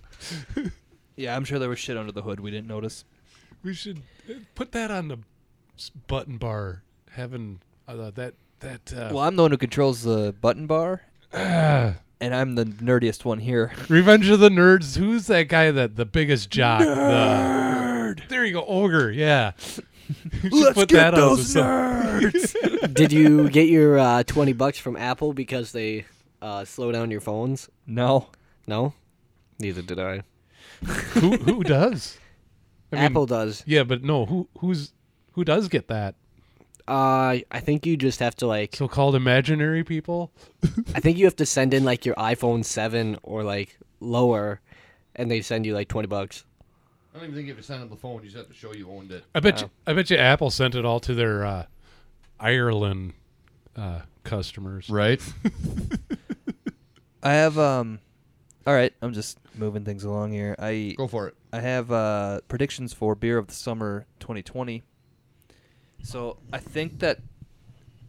Yeah, I'm sure there was shit under the hood we didn't notice.
we should uh, put that on the s- button bar. Having uh, that that uh,
Oh. Well, I'm the one who controls the button bar,
ah,
and I'm the nerdiest one here.
[sighs]
[laughs]
Revenge of the Nerds. Who's that guy that the biggest jock? Nerd. there you go, ogre. Yeah. [laughs] You should put that on the sub-
nerds.
Did you get your uh, twenty bucks from Apple because they uh, slow down your phones?
no.
No, neither did I.
[laughs] who who does? I mean,
Apple does.
Yeah, but no. Who who's who does get that?
Uh, I think you just have to like.
So-called imaginary people.
I think you have to send in like your iPhone seven or like lower, and they send you like twenty bucks.
I don't even think if you sent on the phone, you just have to show you owned it.
I bet you. I bet you Apple sent it all to their uh, Ireland uh, customers.
Right.
I have um All right, I'm just moving things along here. I
[laughs] Go for it.
I have uh, predictions for beer of the summer 2020. So I think that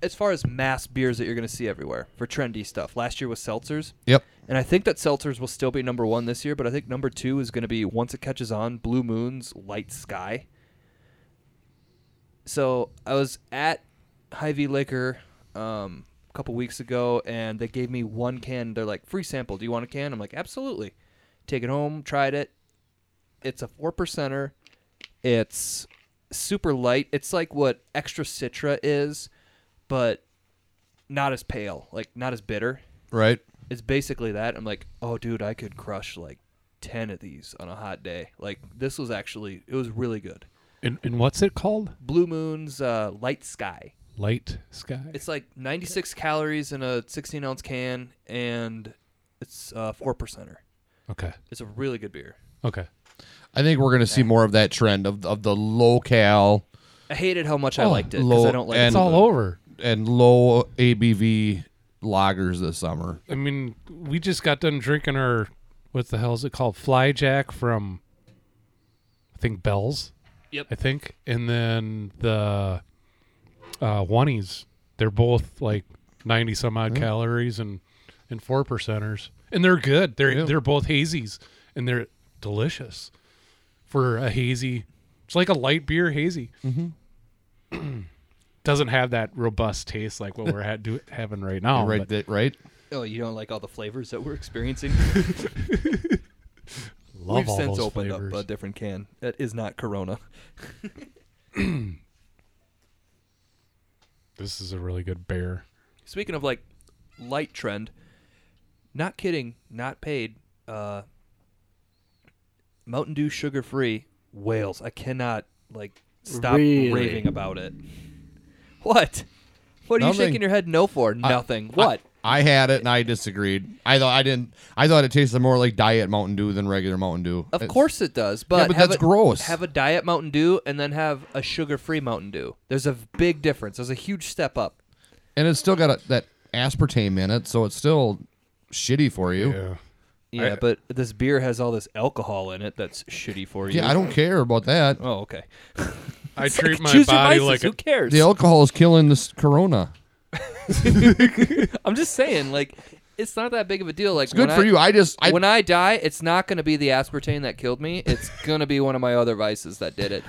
as far as mass beers that you're going to see everywhere for trendy stuff, last year was seltzers,
Yep.
and I think that seltzers will still be number one this year. But I think number two is going to be once it catches on, Blue Moon's Light Sky. So I was at Hy-Vee Liquor um, a couple weeks ago, and they gave me one can. They're like, "Free sample. Do you want a can?" I'm like, "Absolutely." Take it home, tried it it's a four percenter. It's super light. It's like what extra citra is, but not as pale, like not as bitter.
Right.
It's basically that. I'm like, oh dude, I could crush like ten of these on a hot day. Like this was actually it was really good.
And, and what's it called?
Blue Moon's uh, Light Sky.
Light Sky.
It's like 96 calories in a 16 ounce can, and it's uh, four percenter.
Okay.
It's a really good beer.
Okay.
I think we're going to see more of that trend of of the low cal
I hated how much I
Oh,
liked it because
low-
I don't like.
and-
It's all over.
and low ABV lagers this summer.
I mean, we just got done drinking our what the hell is it called? Fly Jack from I think Bell's.
Yep.
I think. And then the uh Wannies. They're both like ninety some odd calories and and four percenters. And they're good. They're
Yeah.
they're both hazies and they're delicious for a hazy. It's like a light beer hazy. Mm-hmm.
Mm-hmm.
[clears throat] Doesn't have that robust taste like what we're ha- do, having right now.
right.
but-
That, right.
Oh, you don't like all the flavors that we're experiencing?
[laughs] Love
We've
all
since
those
opened
flavors.
up a different can. That is not Corona.
This is a really good bear.
Speaking of like light trend, not kidding, not paid. Uh, Mountain Dew sugar free Wales. I cannot like stop
Really?
raving about it. What? What are
Nothing.
you shaking your head no for? Nothing. what?
I had it and I disagreed. I thought I didn't. I thought it tasted more like diet Mountain Dew than regular Mountain Dew.
of
It's-
course it does, but,
but
have
that's
a,
gross.
Have a diet Mountain Dew and then have a sugar-free Mountain Dew. There's a big difference. There's a huge step up.
and it's still got a, that aspartame in it, so it's still shitty for you. Yeah,
Yeah.
Yeah, but this beer has all this alcohol in it that's shitty for you.
I don't care about that.
Oh, okay.
I
It's [laughs]
treat
like,
my
choose your
body
vices,
like
who
a,
cares?
The alcohol is killing this Corona.
I'm just saying, like, it's not that big of a deal. Like,
It's good
when
for
I,
you. I just I
when I die, it's not going to be the aspartame that killed me. It's going to be one of my other vices that
[laughs]
did it.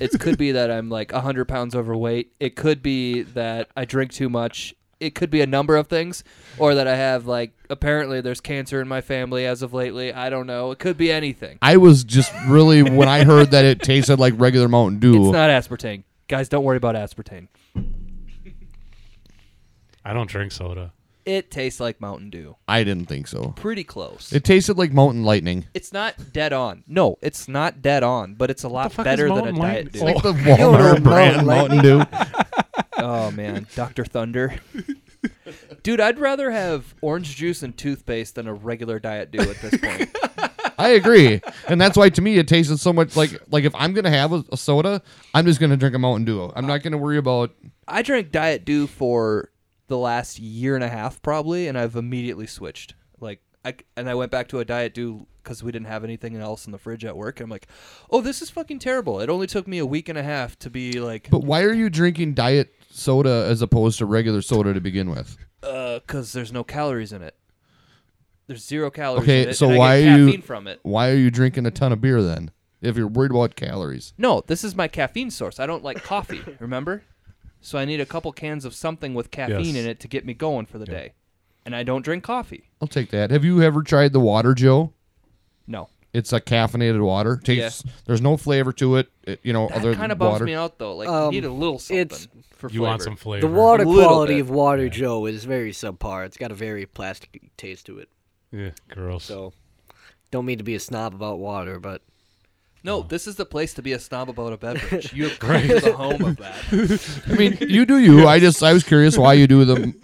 It could be that I'm like 100 pounds overweight. It could be that I drink too much. It could be a number of things, or that I have like apparently there's cancer in my family as of lately. I don't know. It could be anything.
I was just really when I heard that it tasted like regular Mountain Dew.
It's not aspartame, guys. Don't worry about aspartame.
I don't drink soda.
It tastes like Mountain Dew.
I didn't think so.
Pretty close.
It tasted like Mountain Lightning.
It's not dead on. No, it's not dead on, but it's a lot better than a
Mountain
diet
Lightning?
Dew.
Like
[laughs]
the
Mountain
Walmart brand Mountain
Lightning.
Dew.
Oh man, Dr. Thunder. Dude, I'd rather have orange juice and toothpaste than a regular diet Dew at this point.
I agree, and that's why to me it tasted so much like like if I'm gonna have a, a soda, I'm just gonna drink a Mountain Dew. I'm not gonna worry about.
I drank diet Dew for the last year and a half probably and I've immediately switched. Like I c- and I went back to a diet Dew cuz we didn't have anything else in the fridge at work. And I'm like, "Oh, this is fucking terrible. It only took me a week and a half to be like
But why are you drinking diet soda as opposed to regular soda to begin with?
Uh, cause there's no calories in it. There's zero calories.
Okay,
in it,
so
and I get
why are
caffeine
you-
from it?
Why are you drinking a ton of beer then? If you're worried about calories,
No, this is my caffeine source. I don't like
[laughs]
coffee. Remember, so I need a couple cans of something with caffeine
Yes.
in it to get me going for the day, and I don't drink coffee.
I'll take that. Have you ever tried the water, Joe?
No,
It's a caffeinated water. Tastes. There's no flavor to it. it- you know, other
that kind
than
of bums
water.
me out though. Like you
Um,
need a little something
it's-
for flavor.
You want some flavor?
The water
A little
quality
bit.
of Water Joe is very subpar. It's got a very plasticky taste to it.
Yeah, gross.
So, don't mean to be a snob about water, but
No,
Oh.
this is the place to be a snob about a beverage.
[laughs]
You have come to the home of that.
I mean, you do you. I just I was curious why you
[laughs]
do the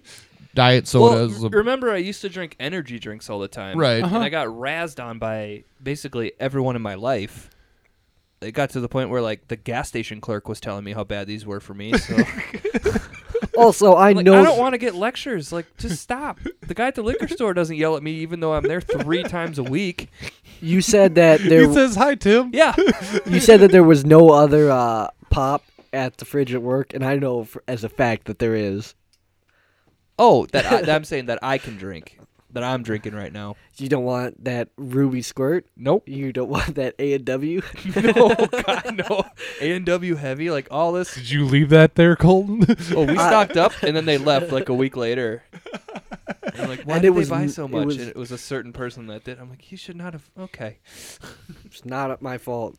diet
well,
sodas. the-
remember, I used to drink energy drinks all the time,
Right.
and I got razzed on by basically everyone in my life. It got to the point where like the gas station clerk was telling me how bad these were for me. So
Also, I
Like,
know
I don't want to get lectures. Like, just stop. The guy at the liquor store doesn't yell at me, even though I'm there three times a week.
you said that
He
there.
says hi, Tim.
Yeah,
you said that there was no other uh, pop at the fridge at work, and I know for, as a fact that there is.
Oh, that, I, that I'm saying that I can drink, that I'm drinking right now.
You don't want that ruby squirt.
Nope. [laughs]
You don't want that A and W. [laughs]
no, God, no. A and W heavy, like all this.
Did you leave that there, Colton? [laughs]
Oh, [laughs] we stocked up, and then they left like a week [laughs] later. And like, why
And
did
it was
they buy
n-
so
it
much?
was-
and it was a certain person that did. I'm like, you should not have. Okay.
It's not my fault.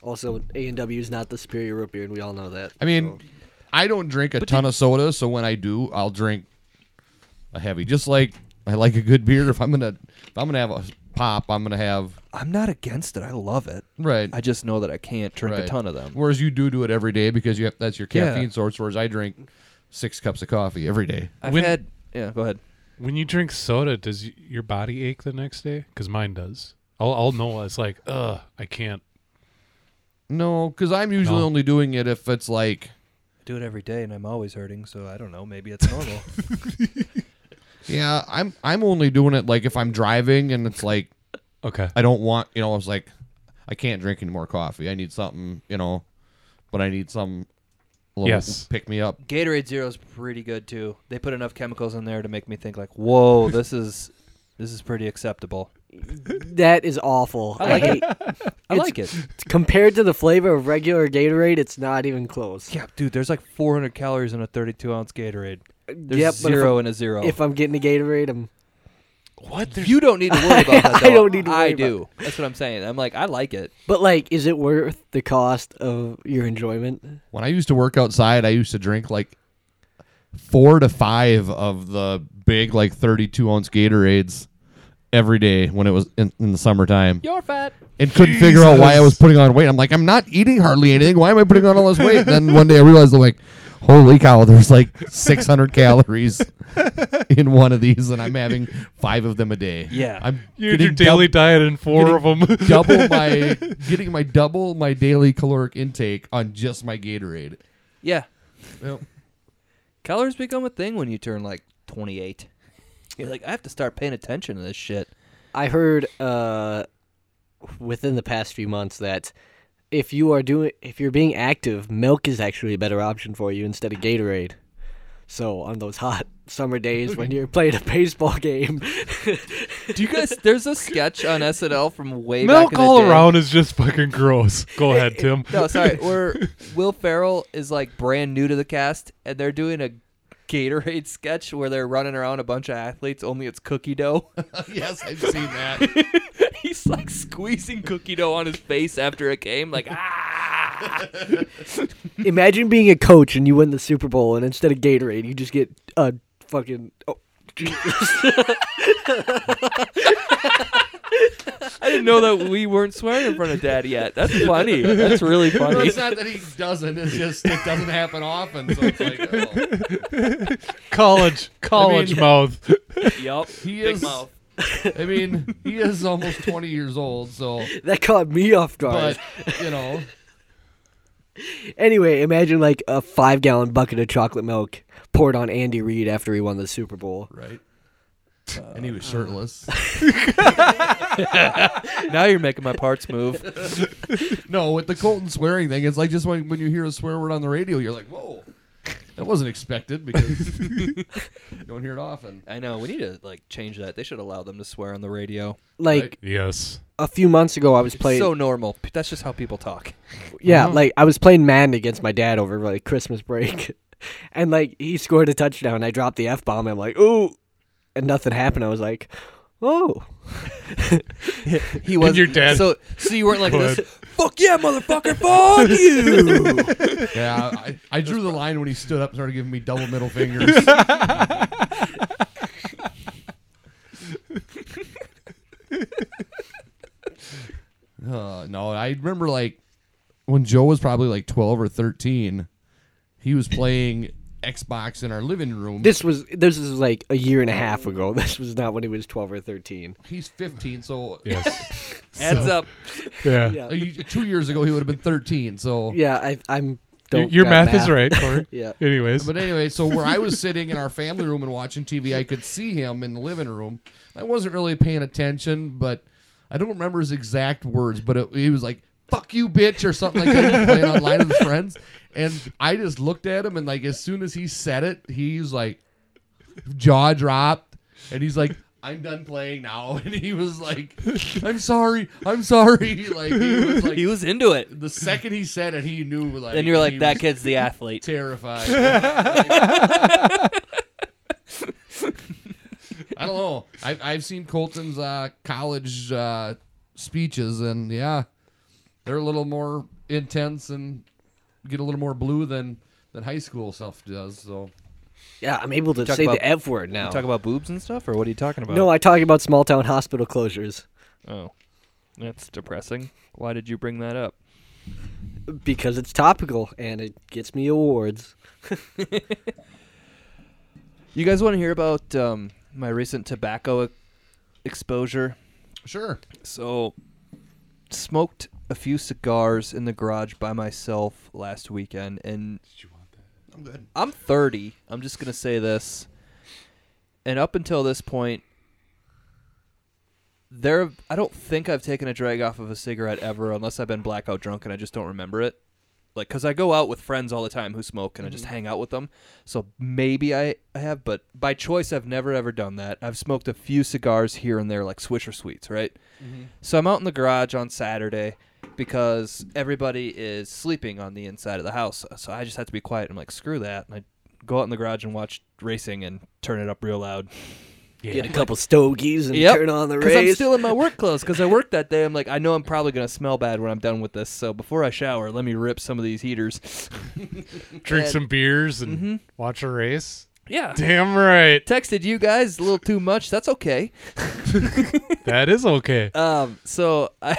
Also, A and W is not the superior root beer, and we all know that.
I mean, I don't drink a ton of soda, so when I do, I'll drink a heavy. Just like I like a good beer. If I'm gonna, if I'm gonna have a pop, I'm gonna have
I'm not against it. I love it.
right.
I just know that I can't drink a
Right.
ton of them.
Whereas you do do it every day because you have that's your
Yeah.
caffeine source. Whereas I drink six cups of coffee every day.
I've
When-
had. Yeah, go ahead.
when you drink soda, does y- your body ache the next day? Because mine does. I'll, I'll know. It's like, ugh, I can't.
No, because I'm usually
No.
only doing it if it's like
I do it every day, and I'm always hurting. So I don't know. Maybe it's normal. [laughs]
yeah. I'm I'm only doing it like if I'm driving and it's like
Okay.
I don't want you know. I was like I can't drink any more coffee. I need something you know, but I need some little
Yes.
pick me up.
Gatorade Zero is pretty good too. They put enough chemicals in there to make me think like, whoa, this [laughs] is this is pretty acceptable.
That is awful. I,
like it.
hate
I
It's-
like it. [laughs]
compared to the flavor of regular Gatorade. It's not even close.
Yeah, dude, there's like 400 calories in a 32 ounce Gatorade. There's
yep, but if
zero in a zero.
I'm, if I'm getting a Gatorade, I'm
What? There's
you don't need to worry [laughs] about that.
I
Though.
don't need to
I
worry about
do. That's what I'm saying. I'm like, I like it.
But like, is it worth the cost of your enjoyment?
When I used to work outside, I used to drink like four to five of the big like 32 ounce Gatorades every day when it was in, in the summertime.
You're fat.
and couldn't figure out why I was putting on weight. I'm like, I'm not eating hardly anything. Why am I putting on all this weight? And then one day I realized, I'm like, holy cow, there's like 600
[laughs]
calories in one of these, and I'm having five of them a day.
Yeah.
I'm
you had your
getting
daily diet in four of [laughs] them.
dou- double my
[laughs]
getting my double my daily caloric intake on just my Gatorade.
Yeah,
Well,
calories become a thing when you turn like 28. You're like, I have to start paying attention to this shit.
I heard uh, within the past few months that if you are doing, if you're being active, milk is actually a better option for you instead of Gatorade. So on those hot summer days when you're playing a [laughs] baseball game,
Do you guys? There's a sketch on SNL from way back
Milk
in the
all
day.
around is just fucking gross. Go ahead, Tim.
No, [laughs] sorry. Where Will Ferrell is like brand new to the cast, and they're doing a Gatorade sketch where they're running around a bunch of athletes. Only it's cookie dough. [laughs]
[laughs] yes, I've seen that.
He's like squeezing cookie dough on his face after a game, like ah.
imagine being a coach and you win the Super Bowl, and instead of Gatorade, you just get a fucking. Oh,
I didn't know that we weren't swearing in front of Dad yet. That's funny. That's really
No,
funny.
it's not that he doesn't. It's just it doesn't happen often. So it's like, oh.
[laughs] College, college
mean-
mouth.
Yup.
He Big is- mouth. I mean, he is almost 20 years old, so.
that caught me off guard.
But, you know,
Anyway, imagine like a five gallon bucket of chocolate milk poured on Andy Reid after he won the Super Bowl.
right. and he was shirtless.
Now you're making my parts move.
no, with the Colton swearing thing, it's like just when, when you hear a swear word on the radio, you're like, whoa, that wasn't expected because you don't hear it often.
[laughs] I know. We need to like change that. They should allow them to swear on the radio.
Like
Right.
Yes.
a few months ago, I was playing.
So normal. P- That's just how people talk.
yeah,
Uh-huh.
like I was playing Madden against my dad over like Christmas break, [laughs] and like he scored a touchdown. I dropped the f bomb. I'm like, ooh, and nothing happened. I was like, oh,
He was
your dad-
So so you weren't like
Go
this.
ahead.
Fuck yeah, motherfucker.
[laughs]
Fuck you.
Yeah, I, I drew the line when he stood up and started giving me double middle fingers. Uh, no, I remember like when Joe was probably like 12 or 13, he was playing Xbox in our living room.
this was this is like a year and a half ago. [laughs] This was not when he was 12 or 13.
He's 15, so
Yes.
Heads up.
Yeah.
Yeah,
Uh, you- two years ago he would have been 13. So
yeah, I, I'm
Your,
don't.
your
got
math, is right, Corey.
Yeah.
Anyways,
But anyway, so where I was sitting in our family room and watching TV, I could see him in the living room. I wasn't really paying attention, but I don't remember his exact words, but it, he was like, fuck you, bitch, or something like that. He was playing online with his friends. And I just looked at him, and like as soon as he said it, he's like, jaw dropped, and he's like, I'm done playing now. [laughs] And he was like, I'm sorry, I'm sorry. [laughs] Like, he was like,
He was into it.
the second he said it, he knew, like,
And you're
he
like, that
was
kid's the
[laughs]
athlete.
terrified. I don't know. I've, I've seen Colton's uh, college uh, speeches, and yeah, they're a little more intense and get a little more blue than, than high school stuff does. So
Yeah, I'm able to
Talk
say
about-
the F word now.
Talk about boobs and stuff, or what are you talking about?
no, I talk about small town hospital closures
Oh, that's depressing. Why did you bring that up?
because it's topical and it gets me awards.
You guys want to hear about um, my recent tobacco e- exposure?
sure,
So, smoked a few cigars in the garage by myself last weekend, and
I'm good.
I'm 30. I'm just gonna say this. And up until this point, there I don't think I've taken a drag off of a cigarette ever, unless I've been blackout drunk and I just don't remember it. Like, cause I go out with friends all the time who smoke, and I
Mm-hmm.
just hang out with them. So maybe I, I have, but by choice, I've never ever done that. I've smoked a few cigars here and there, like Swisher Sweets, right? So I'm out in the garage on Saturday because everybody is sleeping on the inside of the house. So I just have to be quiet. I'm like, screw that. And I go out in the garage and watch racing and turn it up real loud.
Get a couple stogies and turn on the
Because
race. [laughs]
I'm still in my work clothes because I worked that day. I'm like, I know I'm probably going to smell bad when I'm done with this. So before I shower, let me rip some of these heaters.
drink some beers and
Mm-hmm. [laughs]
watch a race.
Yeah.
Damn right,
Texted you guys a little too much. That's okay.
that is okay.
Um, so [laughs] I,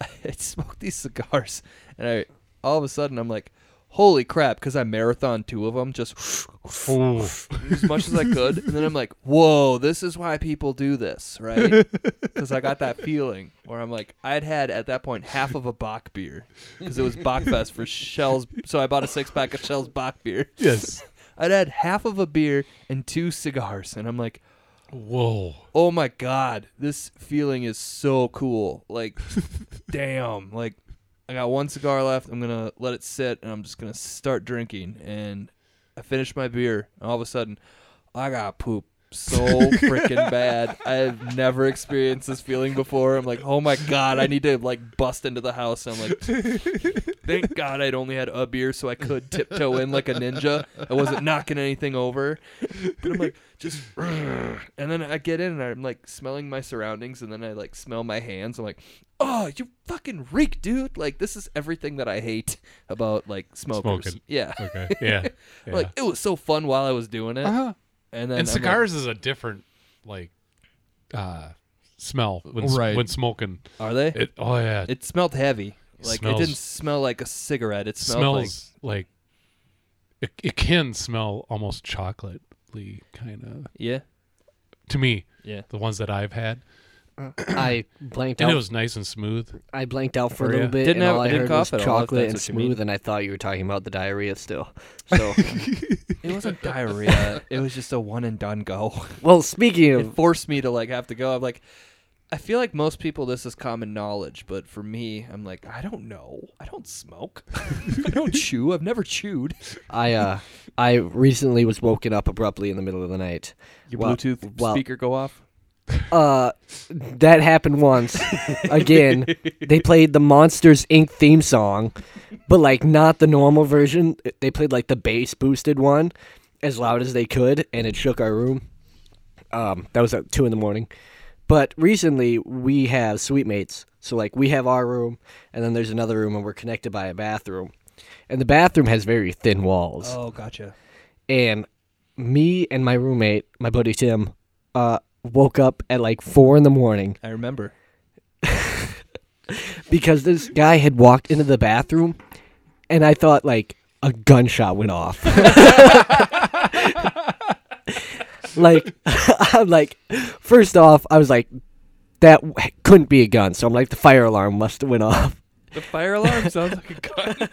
I smoked these cigars, and I all of a sudden I'm like, "Holy crap!" Because I marathon two of them just [laughs]
Ooh.
as much as I could, and then I'm like, "Whoa, this is why people do this, right?" Because I got that feeling where I'm like, I'd had at that point half of a Bach beer because it was Bach Fest for Shell's, so I bought a six pack of Shell's Bach beer.
Yes.
I'd had half of a beer and two cigars, and I'm like,
Whoa.
oh my god, this feeling is so cool. Like, damn. Like, I got one cigar left. I'm gonna let it sit, and I'm just gonna start drinking. And I finished my beer, and all of a sudden, I got poop so freaking bad. I've never experienced this feeling before. I'm like, oh my god, I need to like bust into the house. I'm like, thank God I'd only had a beer, so I could tiptoe in like a ninja. I wasn't knocking anything over. But I'm like, just [sniffs] and then I get in and I'm like smelling my surroundings, and then I like smell my hands. I'm like, oh, you fucking reek, dude! Like this is everything that I hate about like smokers.
Smoking.
Yeah.
Okay. Yeah. yeah.
Like it was so fun while I was doing it,
uh-huh.
and then
And
I'm like-
cigars is a different like uh smell when s-
Right.
when smoking.
are they? It,
It oh yeah. It
smelled heavy.
It
Like
smells-
it didn't smell like a cigarette. It smelled
smells like, it, it can smell almost chocolatey kind of
like yeah,
to me.
yeah.
The ones that I've had.
I blanked
And
out.
it was nice and smooth.
I blanked out for a
Or,
little
yeah.
bit, and
Didn't have-
all I
didn't
heard was
cough at all, if
chocolate
that's
and
what you mean.
smooth, and I thought you were talking about the diarrhea
[laughs]
still. So,
It wasn't
[laughs]
diarrhea. It was just a one and
[laughs]
done go.
well, speaking
it
of,
forced me to like have to go. I'm like, I feel like most people this is common knowledge, but for me, I'm like, I don't know. I don't smoke. [laughs] I don't chew. I've never chewed.
I uh, I recently was woken up abruptly in the middle of the night.
Your
Well-
Bluetooth
well,
speaker go off.
Uh, that happened once. Again, they played the Monsters Inc. theme song, but like not the normal version. They played like the bass boosted one as loud as they could, and it shook our room. Um, that was at two in the morning. But recently we have suite mates, so like we have our room, and then there's another room, and we're connected by a bathroom, and the bathroom has very thin walls
Oh, gotcha.
and me and my roommate, my buddy Tim, uh, woke up at like four in the morning
I remember.
because this guy had walked into the bathroom, and I thought like a gunshot went off. [laughs] like [laughs] I'm like, first off, I was like, that w- couldn't be a gun, so I'm like, the fire alarm must have went off.
The fire alarm sounds like a
[laughs]
gun.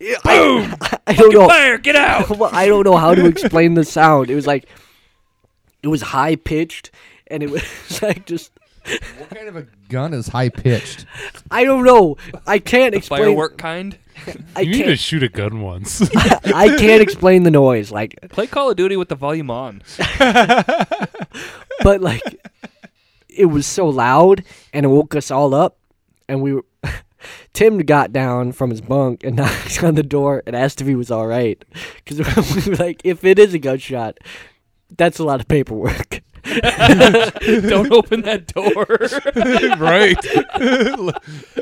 Yeah, [laughs] I- I, don't know.
fire, get
[laughs]
out!
well, I don't know how to explain the sound. It was like, it was high pitched, and it [laughs] was like just.
What kind of a gun is high [laughs] pitched?
I don't know. I can't explain.
Firework kind.
I
you need to
[laughs] can't.
shoot a gun once.
I can't explain the noise. Like,
Play Call of Duty with the volume on.
but like, it was so loud, and it woke us all up, and we. Were, [laughs] Tim got down from his bunk and [laughs] knocked on the door and asked if he was all right, because [laughs] we were like, if it is a gunshot, that's a lot of paperwork.
Don't open that
[laughs]
door.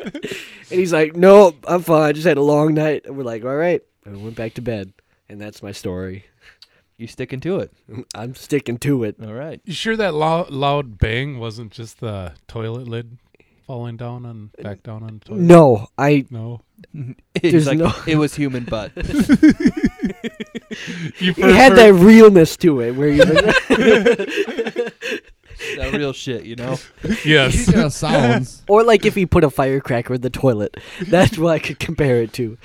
[laughs] right.
And he's like, "No, I'm fine. I just had a long night." And we're like, "All right," and we went back to bed. And that's my story.
You sticking to it?
I'm sticking to it.
All right.
You sure that loud, loud bang wasn't just the toilet lid falling down and back down on the toilet?
No, I.
No.
He's
There's
like,
no- [laughs]
It was human butt.
You
It had that realness to it where you.
that real shit, you know.
Yes.
Speaking of sounds,
[laughs] or like if he put a firecracker in the toilet. That's what I could compare it to.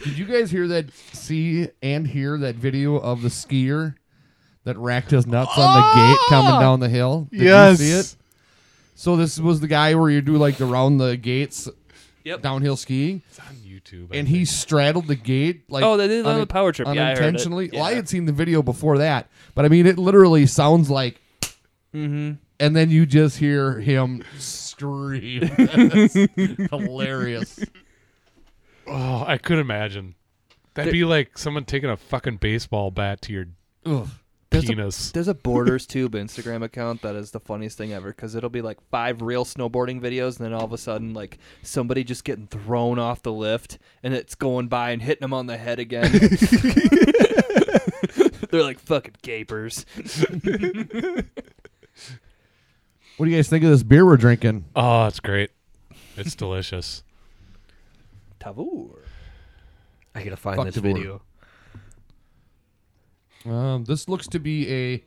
did you guys hear that? See and hear that video of the skier that racked his nuts on the gate coming down the hill? Did
yes.
You see it? So this was the guy where you do like the round the gates
Yep.
downhill skiing,
It's on YouTube. I
and
think.
he straddled the gate like
Oh, they did it on
unin-
the power trip. Yeah, I heard it.
unintentionally. Well, I
Yeah.
had seen the video before that, but I mean, it literally sounds like,
Mm-hmm.
and then you just hear him
[laughs]
scream. That's hilarious.
Oh, I could imagine. That'd be like someone taking a fucking baseball bat to your
Ugh.
That's a-
penis.
There's a Borders Tube Instagram account that is the funniest thing ever because it'll be like five real snowboarding videos, and then all of a sudden, like somebody just getting thrown off the lift, and it's going by and hitting them on the head again. They're like fucking gapers.
What do you guys think of this beer we're drinking?
oh, it's great. It's delicious.
Tavour.
I gotta find
Fuck
this
the border.
video.
Um, this looks to be a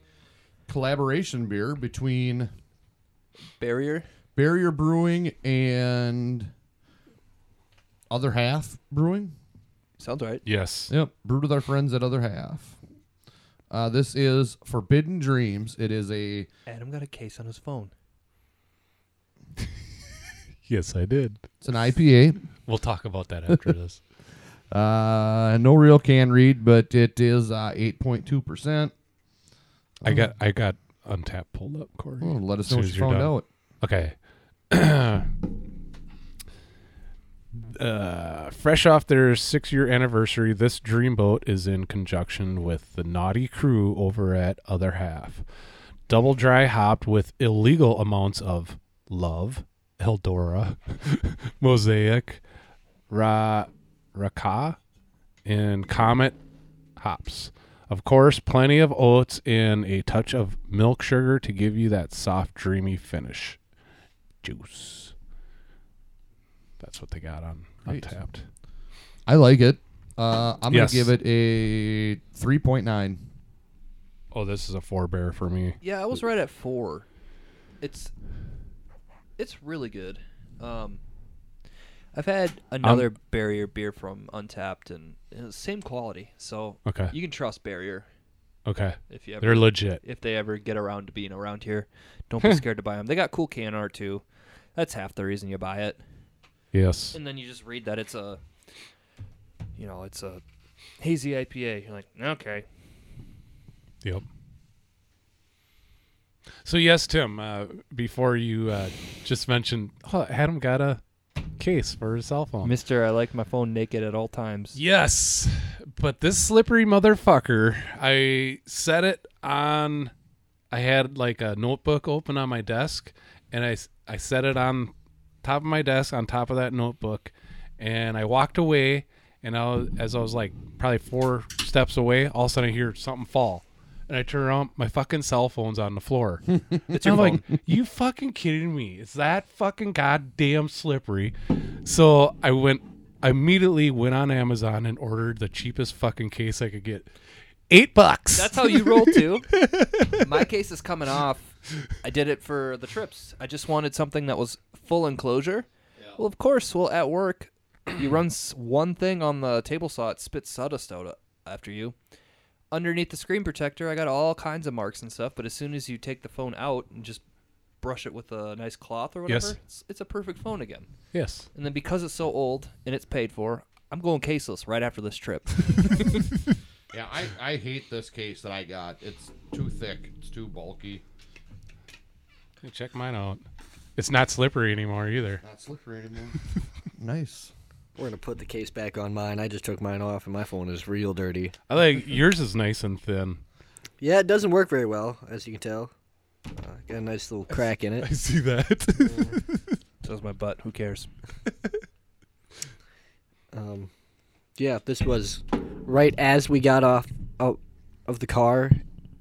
collaboration beer between
Barrier.
Barrier Brewing and Other Half Brewing.
Sounds right.
Yes.
Yep, brewed with our friends at Other Half. Uh, this is Forbidden Dreams. It is a
Adam got a case on his phone.
Yes, I did.
it's an IPA.
We'll talk about that after this.
Uh, no real can read, but it is uh, 8.2%. [laughs]
I got I got untapped pulled up, Corey.
Oh, Well, let us
As
know
soon
what
as
you
you're
found
done.
out.
Okay. [clears throat] uh, fresh off their six year anniversary, this dreamboat is in conjunction with the naughty crew over at Other Half. Double dry hopped with illegal amounts of love, Eldora, [laughs] Mosaic, Ra Raka, and Comet hops. Of course, plenty of oats and a touch of milk sugar to give you that soft, dreamy finish. Juice. That's what they got on
Great.
Untapped.
I like it. Uh, I'm
Yes.
going to give it a 3.9.
Oh, this is a forebear for me.
Yeah, I was right at four. It's it's really good. Um, I've had another
Um,
Barrier beer from Untapped, and uh, same quality. So
Okay.
you can trust Barrier
Okay.
if you ever
They're legit.
if they ever get around to being around here. Don't
Hmm.
be scared to buy them. They got cool can art too. That's half the reason you buy it.
Yes.
And then you just read that it's a, you know, it's a hazy IPA. You're like, okay,
Yep. So, yes, Tim, uh, before you uh, just mentioned, oh, Adam got a case for his cell phone.
Mister, I like my phone naked at all times.
Yes, but this slippery motherfucker, I set it on. I had like a notebook open on my desk, and I s- I set it on top of my desk, on top of that notebook, and I walked away. And I was, as I was like probably four steps away, all of a sudden I hear something fall, and I turn around, my fucking cell phone's on
[laughs]
the floor. it's I'm like, you fucking kidding me? It's that fucking goddamn slippery. So I went I immediately went on Amazon and ordered the cheapest fucking case I could get. Eight bucks.
That's how you roll too. My case is coming off. I did it for the trips. I just wanted something that was full enclosure. Well, of course. Well, at work, you run s- one thing on the table saw, it spits sawdust out uh, after you. Underneath the screen protector, I got all kinds of marks and stuff, but as soon as you take the phone out and just brush it with a nice cloth or whatever,
Yes.
it's, it's a perfect phone again.
[laughs] Yes.
And then because it's so old and it's paid for, I'm going caseless right after this
[laughs]
trip.
Yeah, I, I hate this case that I got. It's too thick. It's too bulky.
Hey, Check mine out. It's not slippery anymore either.
Not slippery anymore. [laughs] nice.
We're gonna put the case back on mine. I just took mine off, and my phone is real dirty.
I like yours is nice and [laughs] thin.
Yeah, it doesn't work very well, as you can tell. Uh, got a nice little crack in it.
see [laughs] that.
so is my butt. Who cares?
Um, yeah, this was right as we got off out of the car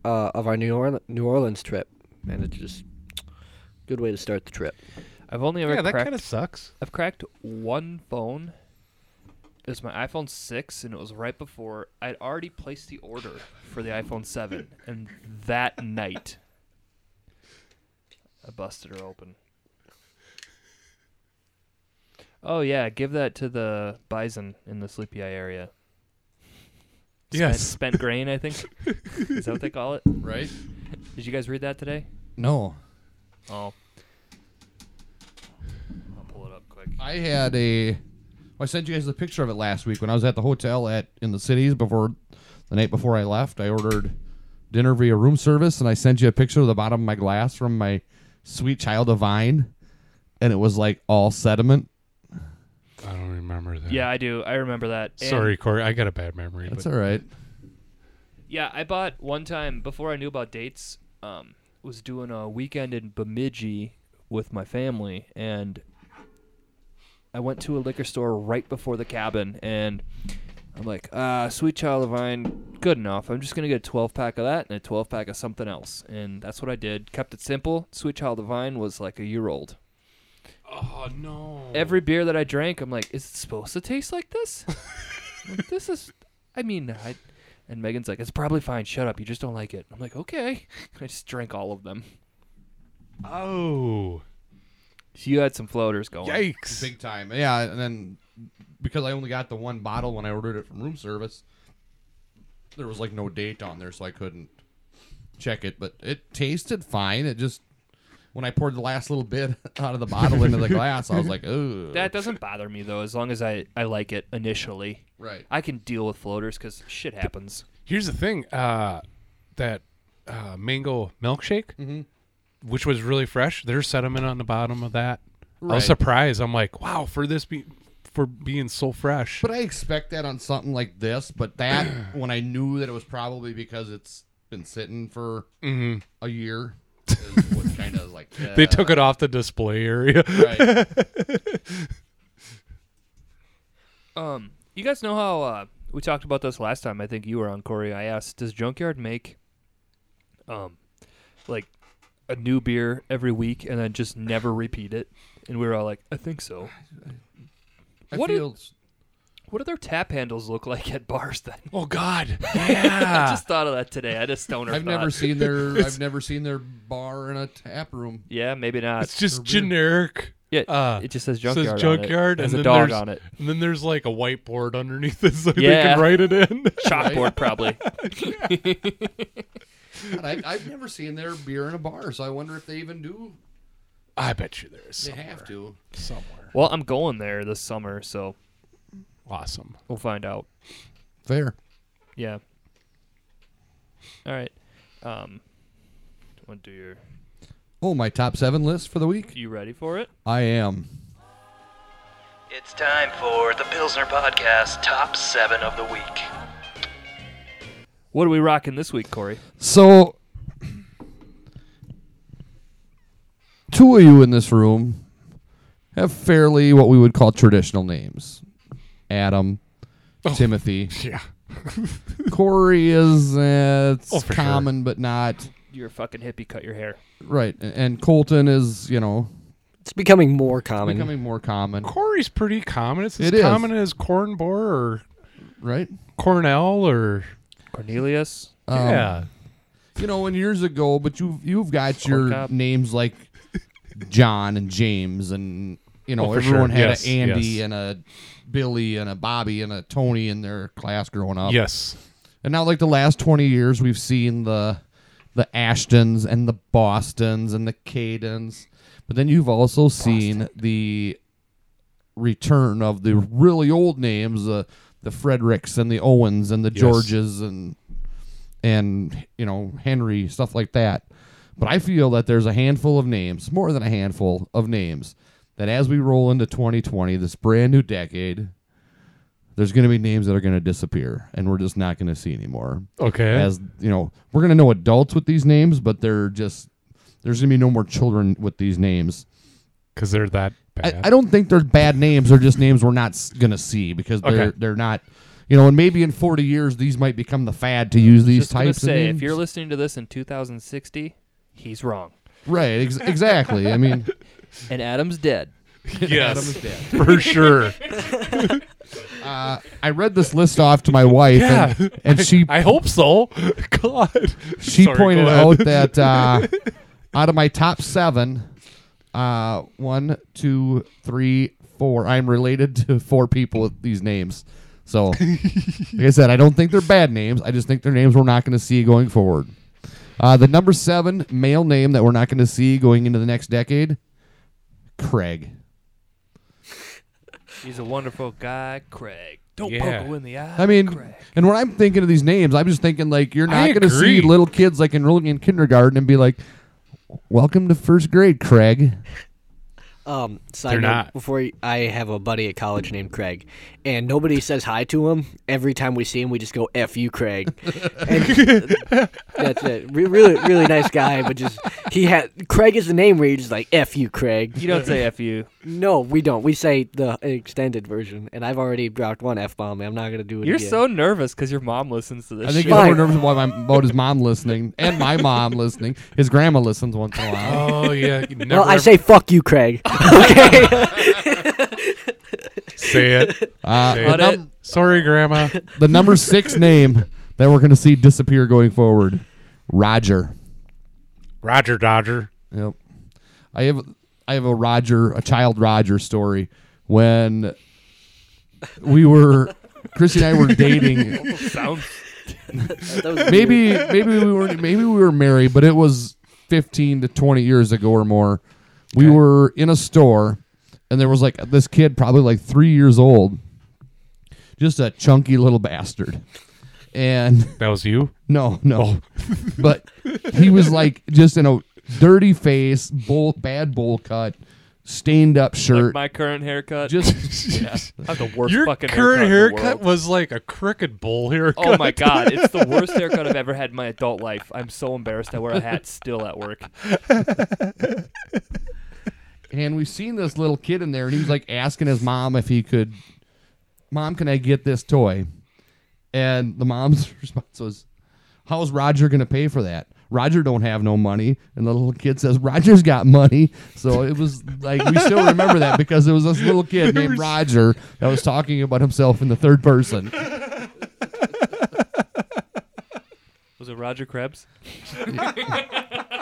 uh, of our New, Orle- New Orleans trip, and it's just good way to start the trip.
I've only ever
yeah, that
cracked.
kind of sucks.
I've cracked one phone. It was my iPhone 6, and it was right before I'd already placed the order for the iPhone 7. And that night, I busted her open. Oh, yeah, give that to the bison in the Sleepy Eye area. Spent-
Yes.
Spent grain, I think. Is that what they call it?
Right?
Did you guys read that today?
No.
Oh. I'll pull it up quick.
I had a. well, I sent you guys the picture of it last week when I was at the hotel at in the cities before the night before I left. I ordered dinner via room service, and I sent you a picture of the bottom of my glass from my sweet child of vine, and it was like all sediment.
I don't remember that.
Yeah, I do. I remember that. And-
Sorry, Corey. I got a bad memory.
That's
but
all right.
Yeah, I bought one time before I knew about dates. Um, was doing a weekend in Bemidji with my family, and I went to a liquor store right before the cabin, and I'm like, ah, sweet child of mine, good enough. I'm just gonna get a 12 pack of that and a 12 pack of something else, and that's what I did. Kept it simple. Sweet child of mine was like a year old.
Oh no.
Every beer that I drank, I'm like, is it supposed to taste like this? I'm like, this is, I mean, I, and Megan's like, it's probably fine. Shut up. You just don't like it. I'm like, okay. [laughs] I just drank all of them.
Oh.
So you had some floaters going.
Yikes.
Big time. Yeah, and then because I only got the one bottle when I ordered it from room service, there was like no date on there, so I couldn't check it. But it tasted fine. It just when I poured the last little bit [laughs] out of the bottle into the glass, I was like, "Ooh,
[laughs] That doesn't bother me though, as long as I I like it initially.
right."
I can deal with floaters because shit happens.
Here's the thing. Uh, that uh, mango milkshake, which was really fresh. There's sediment on the bottom of that. I
Right.
was surprised. I'm like, wow, for this be for being so fresh.
But I expect that on something like this. But that [clears throat] when I knew that it was probably because it's been sitting for
Mm-hmm. [laughs]
a year, is what kind of like
they took it off the display area.
[laughs]
[laughs]
Right.
Um, you guys know how uh, we talked about this last time. I think you were on Corey. I asked, does Junkyard make, um, like a new beer every week and then just never repeat it? And we were all like, I think so.
I
What did-
feel
What do their tap handles look like at bars then? [laughs]
oh God.
I
Yeah.
just thought of that today. I just stoner.
I've
thought.
never seen
[laughs]
their I've never seen their bar in a tap room.
Yeah, maybe
it's
not.
just
beer.
generic.
Yeah,
Uh,
it just says
It
junkyard.
says junkyard,
on it. It has
and
a
then
dog
there's,
on
[laughs]
it.
and then there's like a whiteboard underneath it [laughs] so they
Yeah.
can write it
[laughs]
in.
Chalkboard probably.
God, I, I've never seen their beer in a bar, so I wonder if they even do.
I bet you there's
They
some
have to.
somewhere.
Well, I'm going there this summer, so
Awesome.
we'll find out.
Fair.
Yeah. All right. Um, want to do your?
Oh, my top seven list for the week.
You ready for it?
I am.
It's time for the Pilsner Podcast Top 7 of the Week.
What are we rocking this week, Corey?
So, two of you in this room have fairly what we would call traditional names. Adam,
Oh. [laughs]
Timothy,
Yeah.
Corey is uh, it's
Oh, for sure.
common but not
You're a fucking hippie. Cut your hair.
right, and, and Colton is you know
It's becoming more common.
becoming more common,
Corey's pretty common. It's as
It is.
common as cornbore or
right?
Cornell or
Cornelius.
Um,
yeah.
you know, and years ago, but you've you've got your
Corn cob.
names like John and James and you know,
Oh, for sure.
everyone had
Yes,
a Andy
yes.
and a Billy and a Bobby and a Tony in their class growing up.
Yes.
And now, like the last twenty years, we've seen the the Ashtons and the Bostons and the Cadens, but then you've also seen the return of the really old names, uh, the Fredericks and the Owens and the
Yes.
Georges and and you know Henry stuff like that. But I feel that there's a handful of names, more than a handful of names, that as we roll into 2020, this brand new decade, there's going to be names that are going to disappear, and we're just not going to see anymore.
Okay.
As you know, we're going to know adults with these names, but they're just there's going to be no more children with these names.
Because they're that bad.
I, I don't think they're bad names; they're just names we're not s- gonna see because they're
Okay.
they're not, you know. And maybe in forty years, these might become the fad to use these
Just gonna
types
say,
of names.
if you're listening to this in 2060, he's wrong.
right, ex- exactly. I mean,
And Adam's dead.
yes. [laughs] For sure.
uh, I read this list off to my wife,
Yeah.
and, and she
I hope so. [laughs] God.
she
Sorry, go
pointed
ahead.
out
[laughs]
that uh, out of my top seven, uh, one, two, three, four, I'm related to four people with these names.
[laughs]
So, like I said, I don't think they're bad names. I just think they're names we're not going to see going forward. Uh, the number seven male name that we're not going to see going into the next decade, Craig.
He's a wonderful guy, Craig. Don't
Yeah.
poke him in the eye.
I mean,
Craig.
and when I'm thinking of these names, I'm just thinking like you're
I
not going to see
agree.
little kids like enrolling in kindergarten and be like, "Welcome to first grade, Craig."
Um, side
They're
note,
not.
Before you- I have a buddy at college named Craig, and nobody says hi to him. Every time we see him, we just go "f you, Craig." And that's it. Re- really, really nice guy, but just he had Craig is the name where you just like "f you, Craig."
You don't say F you.
No, we don't. We say the extended version, and I've already dropped one f bomb. and I'm not gonna do
[laughs]
it
You're
again.
so nervous because your mom listens to this.
I think
shit.
he's more
Fine.
nervous about, my, about his mom listening and my mom listening. His grandma listens once in a while.
[laughs] Oh, yeah. You never
Well, I
ever
say "fuck you, Craig." [laughs] Okay.
say it.
[laughs]
Uh,
Say
the,
it.
num-
Sorry, Grandma.
the number six name that we're going to see disappear going forward, Roger.
Roger Dodger.
Yep. I have I have a Roger, a child Roger story when we were Chrissy and I were dating.
sounds
That was weird.
Maybe maybe we were maybe we were married, but it was 15 to 20 years ago or more. We were in a store and there was like this kid probably like 3 years old. Just a chunky little bastard. And [laughs]
That was you?
no, no. [laughs] but he was like just in a dirty face, bowl, bad bowl cut, stained up
like
shirt.
my current haircut. [laughs]
just
I have the worst
Your
fucking
current
haircut. in the
haircut
world.
was like a crooked bowl
[laughs]
haircut.
Oh my god, it's the worst haircut I've ever had in my adult life. I'm so embarrassed. I wear a hat still at work.
and we've seen this little kid in there, and he was like asking his mom if he could, Mom, can I get this toy? And the mom's [laughs] response was, How's Roger going to pay for that? Roger don't have no money, and the little kid says Roger's got money. So it was like we still remember that because it was this little kid named Roger that was talking about himself in the third
[laughs]
person.
Was it Roger Krebs?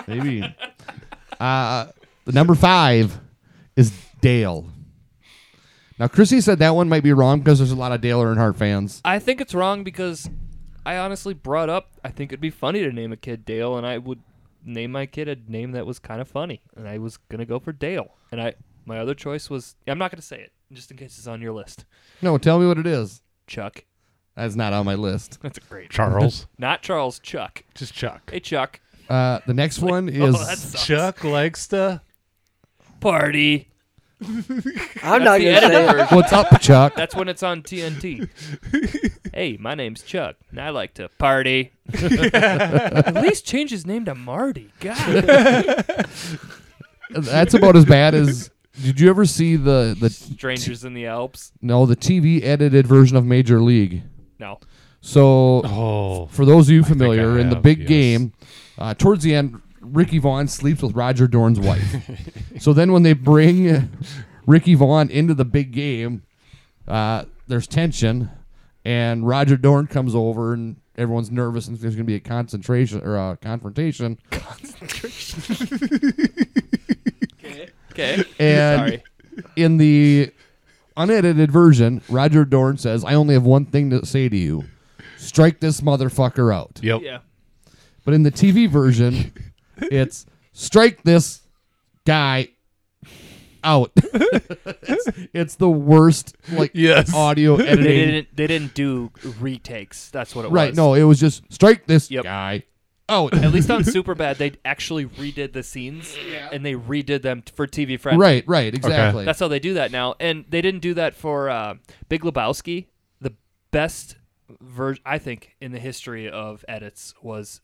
Maybe. Uh, the number five is Dale. Now, Chrissy said that one might be wrong because there's a lot of Dale Earnhardt fans.
I think it's wrong because I honestly brought up I think it'd be funny to name a kid Dale, and I would name my kid a name that was kind of funny, and I was gonna go for Dale, and I my other choice was I'm not gonna say it just in case it's on your list.
No, tell me what it is.
Chuck,
That's not on my list.
that's a great.
[laughs] [laughs] Charles.
Not Charles Chuck.
Just Chuck.
Hey Chuck,
Uh, the next one is
that sucks.
Chuck likes to.
party.
I'm
That's
not
the
gonna say
edited
it.
version.
[laughs] What's Up, Chuck?
That's when it's on
[laughs]
TNT. hey, my name's Chuck, and I like to party.
[laughs]
At least change his name to Marty. God.
That's about as bad as. Did you ever see the
[laughs]
the
Strangers in the Alps.
no the TV edited version of Major League?
No.
So
Oh.
for those of you
I
familiar, in the
have,
big
yes.
game, uh, towards the end, Ricky Vaughn sleeps with Roger Dorn's wife.
[laughs]
so then when they bring uh, Ricky Vaughn into the big game, uh, there's tension, and Roger Dorn comes over, and everyone's nervous, and there's going to be a concentration or a
[laughs]
confrontation.
Okay.
And
Sorry.
in the unedited version, Roger Dorn says, "I only have one thing to say to you: strike this motherfucker out."
Yep.
Yeah.
But in the TV version, it's strike this guy out. [laughs] it's, it's the worst like
Yes.
audio
They
editing.
didn't. They didn't do retakes. That's what it
Right?
was.
No, it was just strike this
Yep.
guy out.
At least on Superbad, they actually redid the scenes and they redid them t- for TV friendly.
right, right, exactly.
That's how they do that now. And they didn't do that for uh, Big Lebowski. The best version, I think, in the history of edits was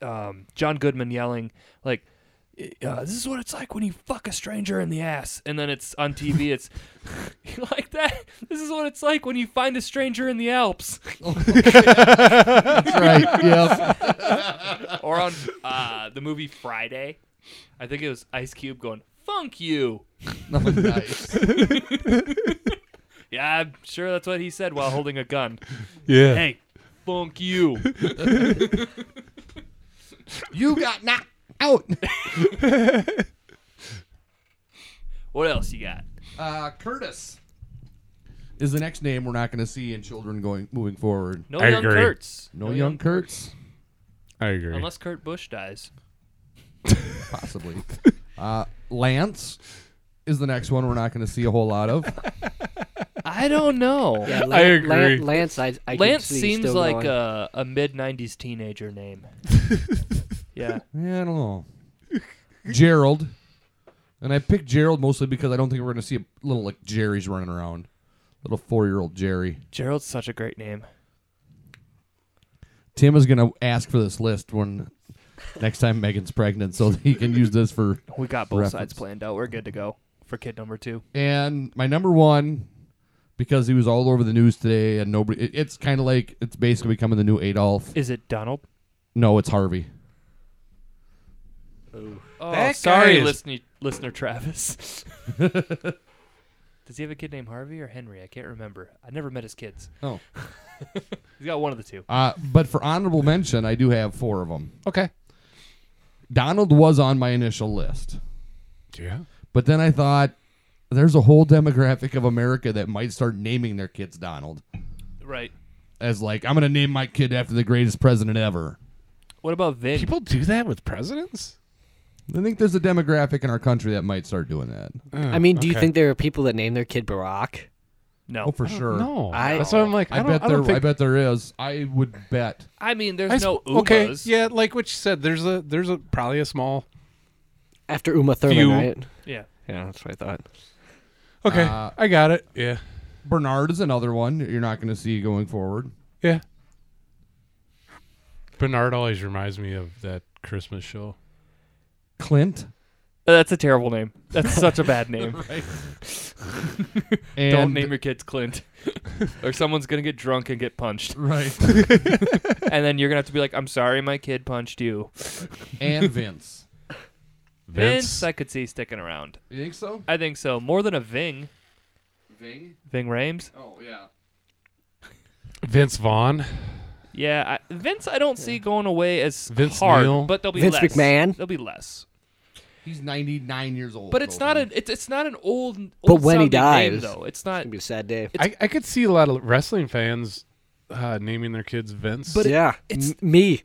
um, John Goodman yelling, like, uh, this is what it's like when you fuck a stranger in the ass. And then it's on TV, it's [laughs] "You like that. This is what it's like when you find a stranger in the Alps. [laughs]
That's right. Yep.
or on uh, the movie Friday, I think it was Ice Cube going, funk you.
nice.
Yeah, I'm sure that's what he said while holding a gun.
Yeah.
hey, funk you.
You got knocked out.
What else you got?
Uh, Curtis is the next name we're not going to see in children going moving forward.
No
I
young
agree.
Kurtz.
No, young Kurtz,
I agree.
Unless Kurt Bush dies.
possibly. uh, Lance is the next one we're not going to see a whole lot of.
I don't know.
[laughs] Yeah, [laughs] Lan-
I agree.
Lan- Lance, I, I can
Lance
see
seems
still
like
going.
a, a mid 90s teenager
[laughs]
name. yeah.
Yeah, I don't know. Gerald, and I picked Gerald mostly because I don't think we're going to see a little like Jerry's running around, little four year old Jerry.
Gerald's such a great name.
Tim is going to ask for this list when next time Megan's pregnant, so he can use this for
We got both
Reference.
sides planned out. We're good to go for kid number two.
and my number one because he was all over the news today and nobody it- it's kind of like it's basically becoming the new adolf
Is it Donald?
no it's harvey
Oh,
That
sorry,
guy is-
listener, listener Travis.
[laughs]
Does he have a kid named Harvey or Henry? I can't remember. I never met his kids.
oh
He's got one of the two.
uh, but for honorable mention i do have four of them
okay.
donald was on my initial list
Yeah.
but then i thought there's a whole demographic of america that might start naming their kids donald
Right.
as like i'm gonna name my kid after the greatest president ever
What about Vin?
People do that with presidents?
i think there's a demographic in our country that might start doing that
Uh,
I mean, do you
Oh, Okay.
think there are people that name their kid Barack?
no.
oh for sure
No.
I-
That's what I'm like. I,
I,
don't-
bet
I
there.
don't think
I bet there is. I would bet.
I mean, there's
I
no
sp- okay,
Umas.
yeah, like what you said. There's a there's a probably a small.
After Uma Thurman,
Few.
right?
Yeah.
Yeah, that's what I thought.
Okay,
Uh,
I got it. Yeah,
Bernard is another one that you're not going to see going forward.
yeah. Bernard always reminds me of that Christmas show.
Clint
That's a terrible name. That's such a bad [laughs] name.
and
Don't name your kids Clint. [laughs] or someone's going to get drunk and get punched.
[laughs] right
[laughs] And then you're going to have to be like, I'm sorry my kid punched you.
and Vince.
Vince, I could see sticking around.
You think so?
I think so. More than a Ving.
Ving.
Ving Rames.
Oh yeah.
Vince Vaughn.
Yeah, I, Vince, I don't see going away as
Vince
hard,
Neil.
but there'll be
Vince
less.
McMahon.
There'll be less.
He's 99 years old.
But it's not
a.
an it's it's not an old. old
But when he
sounding name,
dies,
though, it's
It's
not.
gonna be a sad day.
I, I could see a lot of wrestling fans uh, naming their kids Vince.
But it-
yeah,
it's-
m- me.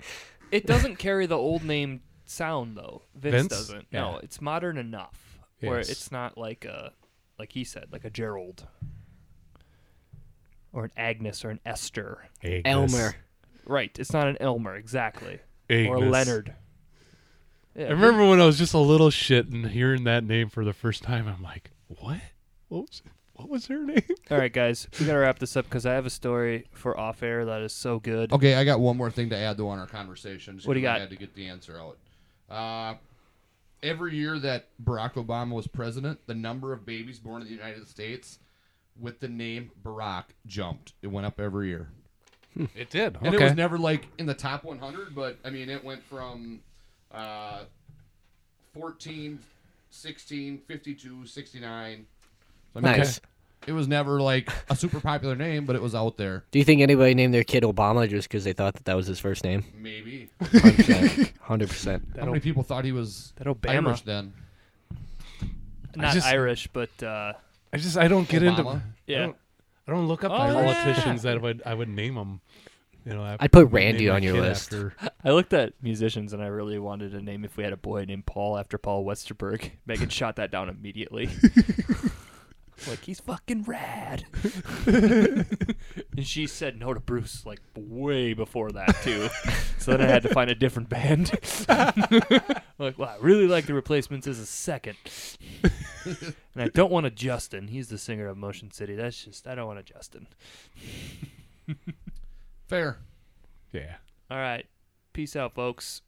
It doesn't carry the old name sound though. Vince,
Vince?
doesn't.
Yeah.
No, it's modern enough where
Yes.
it's not like a like he said like a Gerald or an Agnes or an Esther.
Agnes.
Elmer.
Right, it's not an Elmer exactly or
Agnes.
Leonard. Yeah,
I remember when I was just a little shit and hearing that name for the first time. I'm like, what? What was, what was her name?
All right, guys, we gotta wrap this up because I have a story for off air that is so good.
Oh,
Okay, I got one more thing to add though on our conversation. just
What do you
'cause I
got?
had to get the answer out. Uh, every year that Barack Obama was president, the number of babies born in the United States with the name Barack jumped. It went up every year.
[laughs] It did.
And it was never like in the top 100, but I mean, it went from uh, 14, 16, 52, 69. So, I mean,
Nice.
It was never like a super popular name, but it was out there.
Do you think anybody named their kid Obama just because they thought that that was his first name?
Maybe.
100%. 100%.
How many people thought he was
That Obama.
Irish then?
I not
just-
Irish, but uh,
I just I don't get into.
Obama?
I
yeah.
don't, I don't look up
Oh,
politicians that I would I would name them. You know, I,
I'd put
would
Randy
name my
on your
kid
list.
after-
I looked at musicians and I really wanted to name if we had a boy named Paul after Paul Westerberg. [laughs] Megan shot that down immediately. like he's fucking rad. and she said no to Bruce like way before that too. so then I had to find a different band. [laughs] like, well, I really like the replacements as a second. and I don't want a Justin. He's the singer of Motion City. That's just I don't want a Justin.
Fair.
yeah.
All right. Peace out, folks.